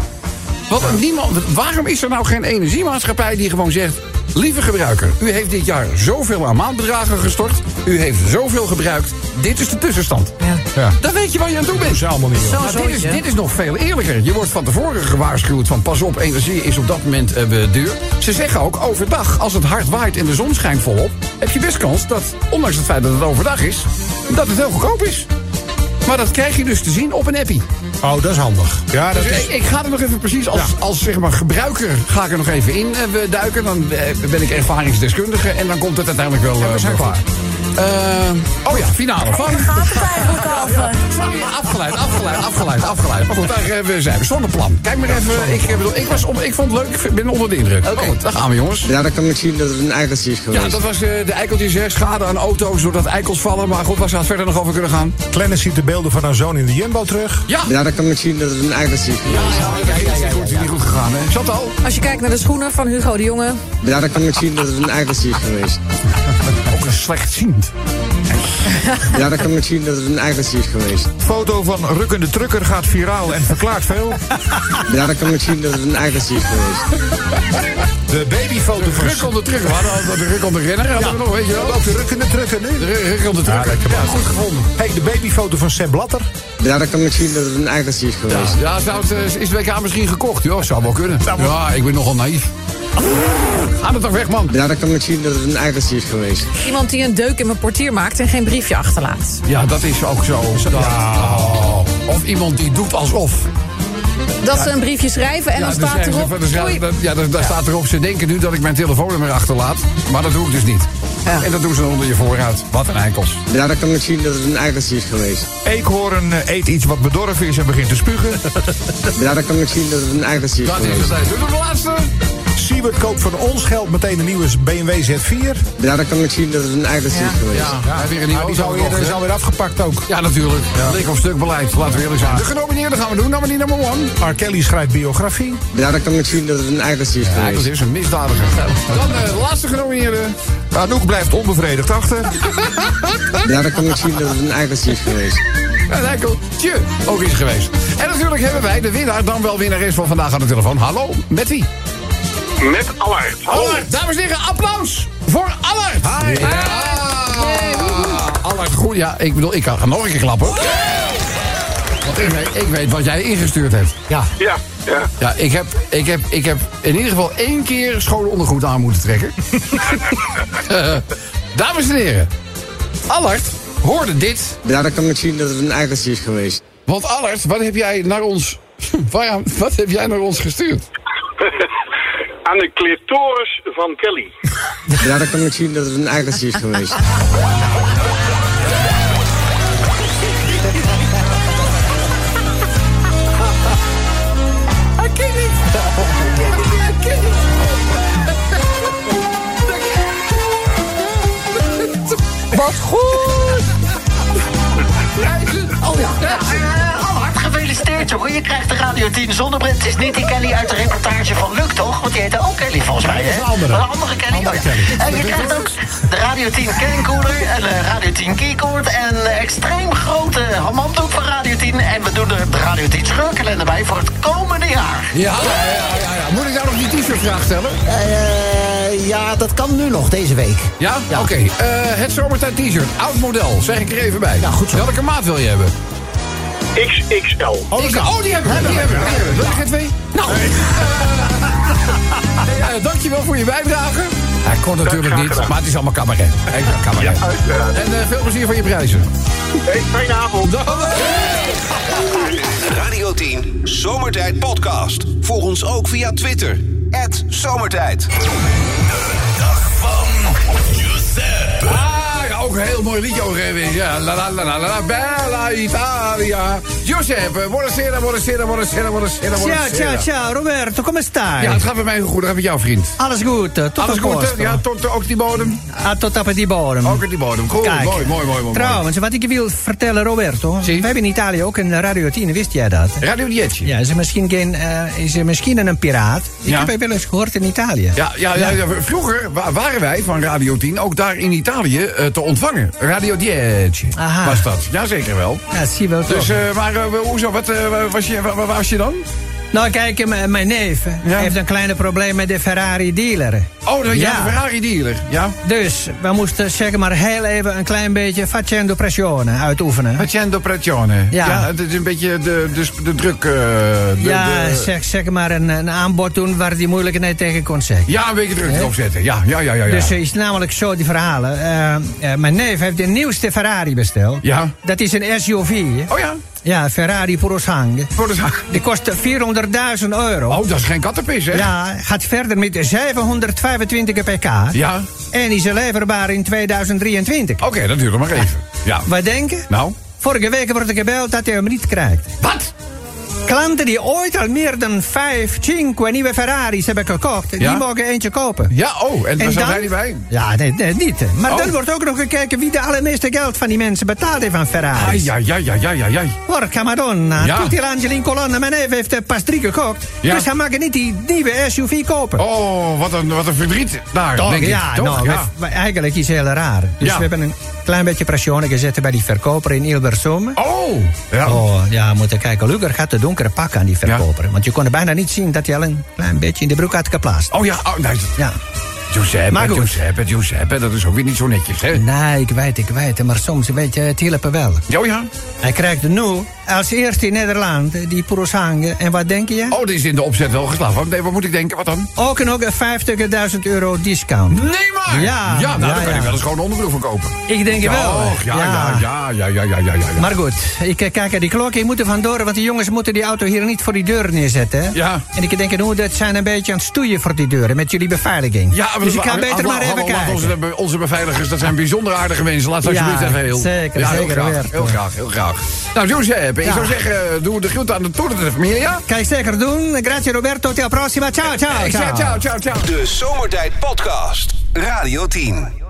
[SPEAKER 2] Want niemand, waarom is er nou geen energiemaatschappij die gewoon zegt... Lieve gebruiker, u heeft dit jaar zoveel aan maandbedragen gestort. U heeft zoveel gebruikt. Dit is de tussenstand.
[SPEAKER 4] Ja.
[SPEAKER 2] Dan weet je waar je aan toe bent.
[SPEAKER 4] ze allemaal niet, joh.
[SPEAKER 2] Maar dit, is, dit is nog veel eerlijker. Je wordt van tevoren gewaarschuwd van pas op, energie is op dat moment eh, duur. Ze zeggen ook overdag, als het hard waait en de zon schijnt volop... heb je best kans dat, ondanks het feit dat het overdag is... dat het heel goedkoop is. Maar dat krijg je dus te zien op een appie.
[SPEAKER 4] Oh, dat is handig. Ja, dat
[SPEAKER 2] Dus ik,
[SPEAKER 4] is...
[SPEAKER 2] ik ga er nog even precies als, als zeg maar, gebruiker ga ik er nog even in eh, we duiken. Dan eh, ben ik ervaringsdeskundige en dan komt het uiteindelijk wel. eh,
[SPEAKER 4] we zijn
[SPEAKER 2] wel goed. Eh, oh ja, finale van.
[SPEAKER 9] Gaat het eigenlijk over?
[SPEAKER 2] Sorry, afgeleid, afgeleid, afgeleid, afgeleid. Maar goed, daar eh, we zijn we. Zonneplan. Kijk maar even. Ik, eh, bedoel, ik, was onder- ik vond het leuk. Ik vind- ben onder de indruk. Maar goed, daar gaan we jongens.
[SPEAKER 8] Ja, dan kan ik zien dat het een eikeltje is
[SPEAKER 2] Ja,
[SPEAKER 8] geweest.
[SPEAKER 2] dat was eh, de eikeltjes. hè. Schade aan auto's doordat eikels vallen. Maar goed, waar zou het verder nog over kunnen gaan?
[SPEAKER 4] Clennis ziet de beelden van haar zoon in de Jumbo terug.
[SPEAKER 2] Ja!
[SPEAKER 8] Ja, dan kan ik zien dat het een eikeltje is geweest.
[SPEAKER 2] Goed, niet goed gegaan, hè? Zat al.
[SPEAKER 5] Als je kijkt naar de schoenen van Hugo de Jonge.
[SPEAKER 8] Ja, dan kan ik zien dat het een eikeltje is geweest.
[SPEAKER 2] Ook een slechtziend.
[SPEAKER 8] Ja, dan kan ik zien dat het een eikeltje is geweest.
[SPEAKER 6] Foto van rukkende trucker gaat viraal en verklaart veel.
[SPEAKER 8] Ja, dan kan ik zien dat het een eikeltje is geweest.
[SPEAKER 4] De babyfoto van...
[SPEAKER 2] Ruk onder terug. We hadden al de ruk onder renner. Hadden we nog, weet je wel.
[SPEAKER 4] Ook de rukkende trucken nu.
[SPEAKER 2] De ru- Ruk onder terug. Ja, goed gevonden.
[SPEAKER 4] Hey, de babyfoto van Sepp Blatter.
[SPEAKER 8] Ja, dan kan ik zien dat het een eikeltje is geweest.
[SPEAKER 2] Ja, zou het, eh, is de WK misschien gekocht? joh? zou wel kunnen. Ja, ik ben nogal naïef. Ga er toch weg, man.
[SPEAKER 8] Ja, dan kan ik zien dat het een eikeltje is geweest.
[SPEAKER 5] Iemand die een deuk in mijn portier maakt en geen briefje achterlaat.
[SPEAKER 2] Ja, dat is ook zo. Ja. Of iemand die doet alsof.
[SPEAKER 5] Dat ze een briefje schrijven en
[SPEAKER 2] ja,
[SPEAKER 5] dan
[SPEAKER 2] dan
[SPEAKER 5] staat
[SPEAKER 2] schrijven ze
[SPEAKER 5] erop...
[SPEAKER 2] van, dan schrijven-
[SPEAKER 5] Oei,
[SPEAKER 2] dan- dus ja, dan- daar staat erop. Ze denken nu dat ik mijn telefoonnummer achterlaat. Maar dat doe ik dus niet.
[SPEAKER 5] Ja.
[SPEAKER 2] En dat doen ze dan onder je voorraad. Wat een eikels.
[SPEAKER 8] Ja, dan kan ik zien dat het een eikeltje is geweest.
[SPEAKER 6] Eekhoorn eh, eet iets wat bedorven is en begint te spugen.
[SPEAKER 8] Ja, dan kan ik zien dat het een eikeltje is
[SPEAKER 2] Dat is
[SPEAKER 8] geweest.
[SPEAKER 2] het. Doe nog de laatste.
[SPEAKER 4] Siebert koopt van ons geld meteen een nieuwe BMW Z4.
[SPEAKER 8] Ja, dan kan ik zien dat het een eigen is geweest.
[SPEAKER 2] Ja, hij weer een
[SPEAKER 4] Maar
[SPEAKER 2] nieuwe
[SPEAKER 4] Nou, die
[SPEAKER 2] auto
[SPEAKER 4] is alweer,
[SPEAKER 2] gekocht,
[SPEAKER 4] is
[SPEAKER 2] hè?
[SPEAKER 4] alweer afgepakt ook.
[SPEAKER 2] Ja, natuurlijk. Lik of stuk beleid, laten we eerlijk zijn. De genomineerden gaan we doen, nominee nummer one.
[SPEAKER 4] R. Kelly schrijft biografie.
[SPEAKER 8] Ja, dan kan ik zien dat het een eigen is
[SPEAKER 2] Ja, dat
[SPEAKER 8] geweest.
[SPEAKER 2] is een misdadiger. Dan eh, de laatste genomineerde.
[SPEAKER 6] Anouk blijft onbevredigd achter.
[SPEAKER 8] Ja, dan kan ik zien dat het een eigen is geweest.
[SPEAKER 2] En Tje ook is geweest. En natuurlijk hebben wij de winnaar, dan wel winnaar is van vandaag aan de telefoon. Hallo, met wie?
[SPEAKER 12] Met Allard.
[SPEAKER 2] Allard, dames en heren, applaus voor Allard. Hi. Ah, Allard, goed. Ja, ik bedoel, ik kan nog een keer klappen. Want ik weet, ik weet wat jij ingestuurd hebt. Ja.
[SPEAKER 12] Ja, ja.
[SPEAKER 2] Ja, ik heb, ik, heb, ik heb in ieder geval één keer schoon ondergoed aan moeten trekken. Eh, dames en heren, Allard hoorde dit.
[SPEAKER 8] Ja, dan kan ik zien dat het een eigen is geweest.
[SPEAKER 2] Want Allard, wat heb jij naar ons... Waar- Wat heb jij naar ons gestuurd?
[SPEAKER 12] Aan de clitoris van Kelly.
[SPEAKER 8] Ja, dan kan ik zien dat het een eigen is geweest.
[SPEAKER 2] Wat goed! Oh
[SPEAKER 10] Allard, gefeliciteerd jongen. Je krijgt de Radio 10 zonnebrand. Het is niet die Kelly uit de reportage van Luc, toch? Want die heette ook Kelly volgens mij, hè?
[SPEAKER 4] is een andere.
[SPEAKER 10] Een andere Kelly.
[SPEAKER 4] Andere
[SPEAKER 10] oh ja.
[SPEAKER 4] Kelly.
[SPEAKER 10] En je krijgt ook de Radio 10 Kenkoeler en de Radio 10 Keycord en de extreem grote hamamdoek van Radio 10. En we doen de Radio 10 scheurkalender bij voor het komende jaar.
[SPEAKER 2] Ja, ja, ja, ja, ja. Moet ik daar nog die t-shirt-vraag stellen?
[SPEAKER 11] Eh, ja, dat kan nu nog, deze week.
[SPEAKER 2] Ja? Oké. Eh, het zomertijd t-shirt. Oud model. Zeg ik er even bij.
[SPEAKER 11] Ja, goed zo.
[SPEAKER 2] Welke maat wil je hebben?
[SPEAKER 12] XXL.
[SPEAKER 2] Oh, oh die hebben we. Die hebben we. Die hebben we. Wil je geen twee? Nou. Eh, eh, dankjewel voor je bijdrage. Hij kon natuurlijk
[SPEAKER 12] graag
[SPEAKER 2] niet,
[SPEAKER 12] gedaan.
[SPEAKER 2] maar het is allemaal cabaret. Hey, cabaret.
[SPEAKER 12] uiteraard.
[SPEAKER 2] en eh, veel plezier van je prijzen.
[SPEAKER 12] Hey, fijne avond.
[SPEAKER 1] Radio 10 Zomertijd Podcast. Volg ons ook via Twitter. Zomertijd.
[SPEAKER 2] Ah, ja, ook een heel mooi liedje over geweest. Ja, la la la la la la, bella Italia. eh, Giuseppe, buonasera, buonasera, buonasera, buonasera,
[SPEAKER 7] Ciao, ciao,
[SPEAKER 2] buonasera.
[SPEAKER 7] ciao, Roberto, come stai?
[SPEAKER 2] Ja, het gaat bij mij heel goed. Dat gaat met jou, vriend.
[SPEAKER 7] Alles goed, eh, tot
[SPEAKER 2] Alles
[SPEAKER 7] a
[SPEAKER 2] goed,
[SPEAKER 7] posto.
[SPEAKER 2] hè? Ja, tot eh, ook die bodem.
[SPEAKER 7] Ah, tot op die bodem.
[SPEAKER 2] Ook die bodem. Goed, mooi,
[SPEAKER 7] Kijk.
[SPEAKER 2] Oh, mooi, mooi, mooi. mooi.
[SPEAKER 7] Trouwens, wat ik je wil vertellen, Roberto.
[SPEAKER 2] Zie.
[SPEAKER 7] We hebben in Italië ook een Radio 10, wist jij dat?
[SPEAKER 2] Radio Dietje.
[SPEAKER 7] Ja, is er misschien, geen, eh, is er misschien een piraat? Ik
[SPEAKER 2] Ja.
[SPEAKER 7] heb het wel eens gehoord in Italië.
[SPEAKER 2] Ja, ja, ja, ja, vroeger wa- waren wij van Radio 10 ook daar in Italië eh, te ontvangen. Radio 10
[SPEAKER 7] Aha.
[SPEAKER 2] was dat. Jazeker wel.
[SPEAKER 7] Ja, zie wel toch.
[SPEAKER 2] Dus, eh, maar eh, hoezo, wat, eh, was je, waar, waar was je dan?
[SPEAKER 7] Nou, kijk, m- mijn neef eh,
[SPEAKER 2] Ja.
[SPEAKER 7] heeft een kleine probleem met de Ferrari-dealer.
[SPEAKER 2] Oh, dan, ja,
[SPEAKER 7] Ja.
[SPEAKER 2] de Ferrari-dealer. Ja.
[SPEAKER 7] Dus we moesten zeg maar heel even een klein beetje facendo pressione uitoefenen.
[SPEAKER 2] Facendo pressione.
[SPEAKER 7] Ja.
[SPEAKER 2] het is een beetje de, de, de druk. eh, de-
[SPEAKER 7] ja,
[SPEAKER 2] de-
[SPEAKER 7] zeg, zeg maar een, een aanbod doen waar hij moeilijk nee tegen kon zeggen.
[SPEAKER 2] ja, een beetje druk erop zetten. Ja, ja, ja, ja. ja.
[SPEAKER 7] Dus het is namelijk zo, die verhalen. Eh, eh, mijn neef heeft de nieuwste Ferrari besteld.
[SPEAKER 2] Ja.
[SPEAKER 7] Dat is een SUV.
[SPEAKER 2] oh ja,
[SPEAKER 7] Ja, Ferrari Purosangue.
[SPEAKER 2] voor de zaak.
[SPEAKER 7] Die kost 400.000 euro.
[SPEAKER 2] Oh, dat is geen kattenpis, hè?
[SPEAKER 7] Ja, gaat verder met 725 pk.
[SPEAKER 2] Ja.
[SPEAKER 7] En is leverbaar in 2023.
[SPEAKER 2] Oké, dat duurt nog maar even. Ja.
[SPEAKER 7] Wij denken?
[SPEAKER 2] Nou?
[SPEAKER 7] Vorige week wordt er gebeld dat hij hem niet krijgt.
[SPEAKER 2] Wat?
[SPEAKER 7] Klanten die ooit al meer dan 5, 5 nieuwe Ferraris hebben gekocht,
[SPEAKER 2] Ja?
[SPEAKER 7] die mogen eentje kopen.
[SPEAKER 2] Ja, oh, en daar zat hij niet bij.
[SPEAKER 7] Ja, nee, nee, niet. Maar
[SPEAKER 2] Oh.
[SPEAKER 7] dan wordt ook nog gekeken wie de allermeeste geld van die mensen betaalt heeft aan Ferraris.
[SPEAKER 2] Ai, ai, ai, ai, ai, ai, ai.
[SPEAKER 7] Porca madonna,
[SPEAKER 2] Ja.
[SPEAKER 7] tutti l'angeli in colonna. Mijn neef heeft eh, pas drie gekocht,
[SPEAKER 2] Ja.
[SPEAKER 7] dus hij mag niet die nieuwe SUV kopen.
[SPEAKER 2] Oh, wat een, wat een verdriet daar,
[SPEAKER 7] Toch?
[SPEAKER 2] denk ik.
[SPEAKER 7] ja,
[SPEAKER 2] Toch?
[SPEAKER 7] nou,
[SPEAKER 2] ja.
[SPEAKER 7] we- we- eigenlijk is het heel raar. Dus
[SPEAKER 2] Ja.
[SPEAKER 7] we hebben een klein beetje pressione gezet bij die verkoper in Ilversum.
[SPEAKER 2] Oh, ja.
[SPEAKER 7] Oh, ja, we moeten kijken. Luger gaat de donkere pak aan die verkoper. Want je kon er bijna niet zien dat hij al een klein beetje in de broek had geplaatst.
[SPEAKER 2] Oh ja, oh, nee.
[SPEAKER 7] Ja.
[SPEAKER 2] Giuseppe,
[SPEAKER 7] Maar goed.
[SPEAKER 2] Giuseppe, Giuseppe, dat is ook weer niet zo netjes, hè?
[SPEAKER 7] Nee, ik weet, ik weet. Maar soms weet je, het hielp wel.
[SPEAKER 2] Oh ja.
[SPEAKER 7] Hij krijgt nu als eerste in Nederland die Purosange. En wat denk je?
[SPEAKER 2] Oh, die is in de opzet wel geslaagd. Wat- Nee, wat moet ik denken? Wat dan?
[SPEAKER 7] Ook en ook een 50.000 euro discount.
[SPEAKER 2] Nee, maar!
[SPEAKER 7] Ja,
[SPEAKER 2] ja nou,
[SPEAKER 7] ja,
[SPEAKER 2] dan kan
[SPEAKER 7] ja.
[SPEAKER 2] ik wel eens gewoon een onderbroek verkopen.
[SPEAKER 7] Ik denk het wel.
[SPEAKER 2] Och, ja, ja, ja, ja, ja, ja, ja, ja. ja.
[SPEAKER 7] Maar goed, ik eh, kijk naar die klok. Ik moet er vandoor, want die jongens moeten die auto hier niet voor die deur neerzetten. hè?
[SPEAKER 2] Ja.
[SPEAKER 7] En ik denk, hoe dat zijn een beetje aan het stoeien voor die deuren met jullie beveiliging.
[SPEAKER 2] ja, we
[SPEAKER 7] Dus
[SPEAKER 2] dat-
[SPEAKER 7] je kan
[SPEAKER 2] ah,
[SPEAKER 7] beter
[SPEAKER 2] ah,
[SPEAKER 7] maar
[SPEAKER 2] ah,
[SPEAKER 7] even
[SPEAKER 2] ah, ah,
[SPEAKER 7] kijken.
[SPEAKER 2] Onze, be- onze beveiligers, dat zijn bijzonder aardige mensen. Laat ze
[SPEAKER 7] Ja,
[SPEAKER 2] alsjeblieft even heel.
[SPEAKER 7] zeker,
[SPEAKER 2] ja, heel
[SPEAKER 7] zeker,
[SPEAKER 2] graag,
[SPEAKER 7] Bert.
[SPEAKER 2] heel graag, heel graag. Nou, Josep, ik
[SPEAKER 7] Ja.
[SPEAKER 2] zou zeggen, doe de groeten aan de toerterfamilia.
[SPEAKER 7] Kan je zeker doen. Grazie
[SPEAKER 2] Eh,
[SPEAKER 7] Roberto, tot la prossima. Ciao, ciao,
[SPEAKER 2] Ciao, ciao, ciao, ciao.
[SPEAKER 1] De Zomertijd Podcast. Radio 10.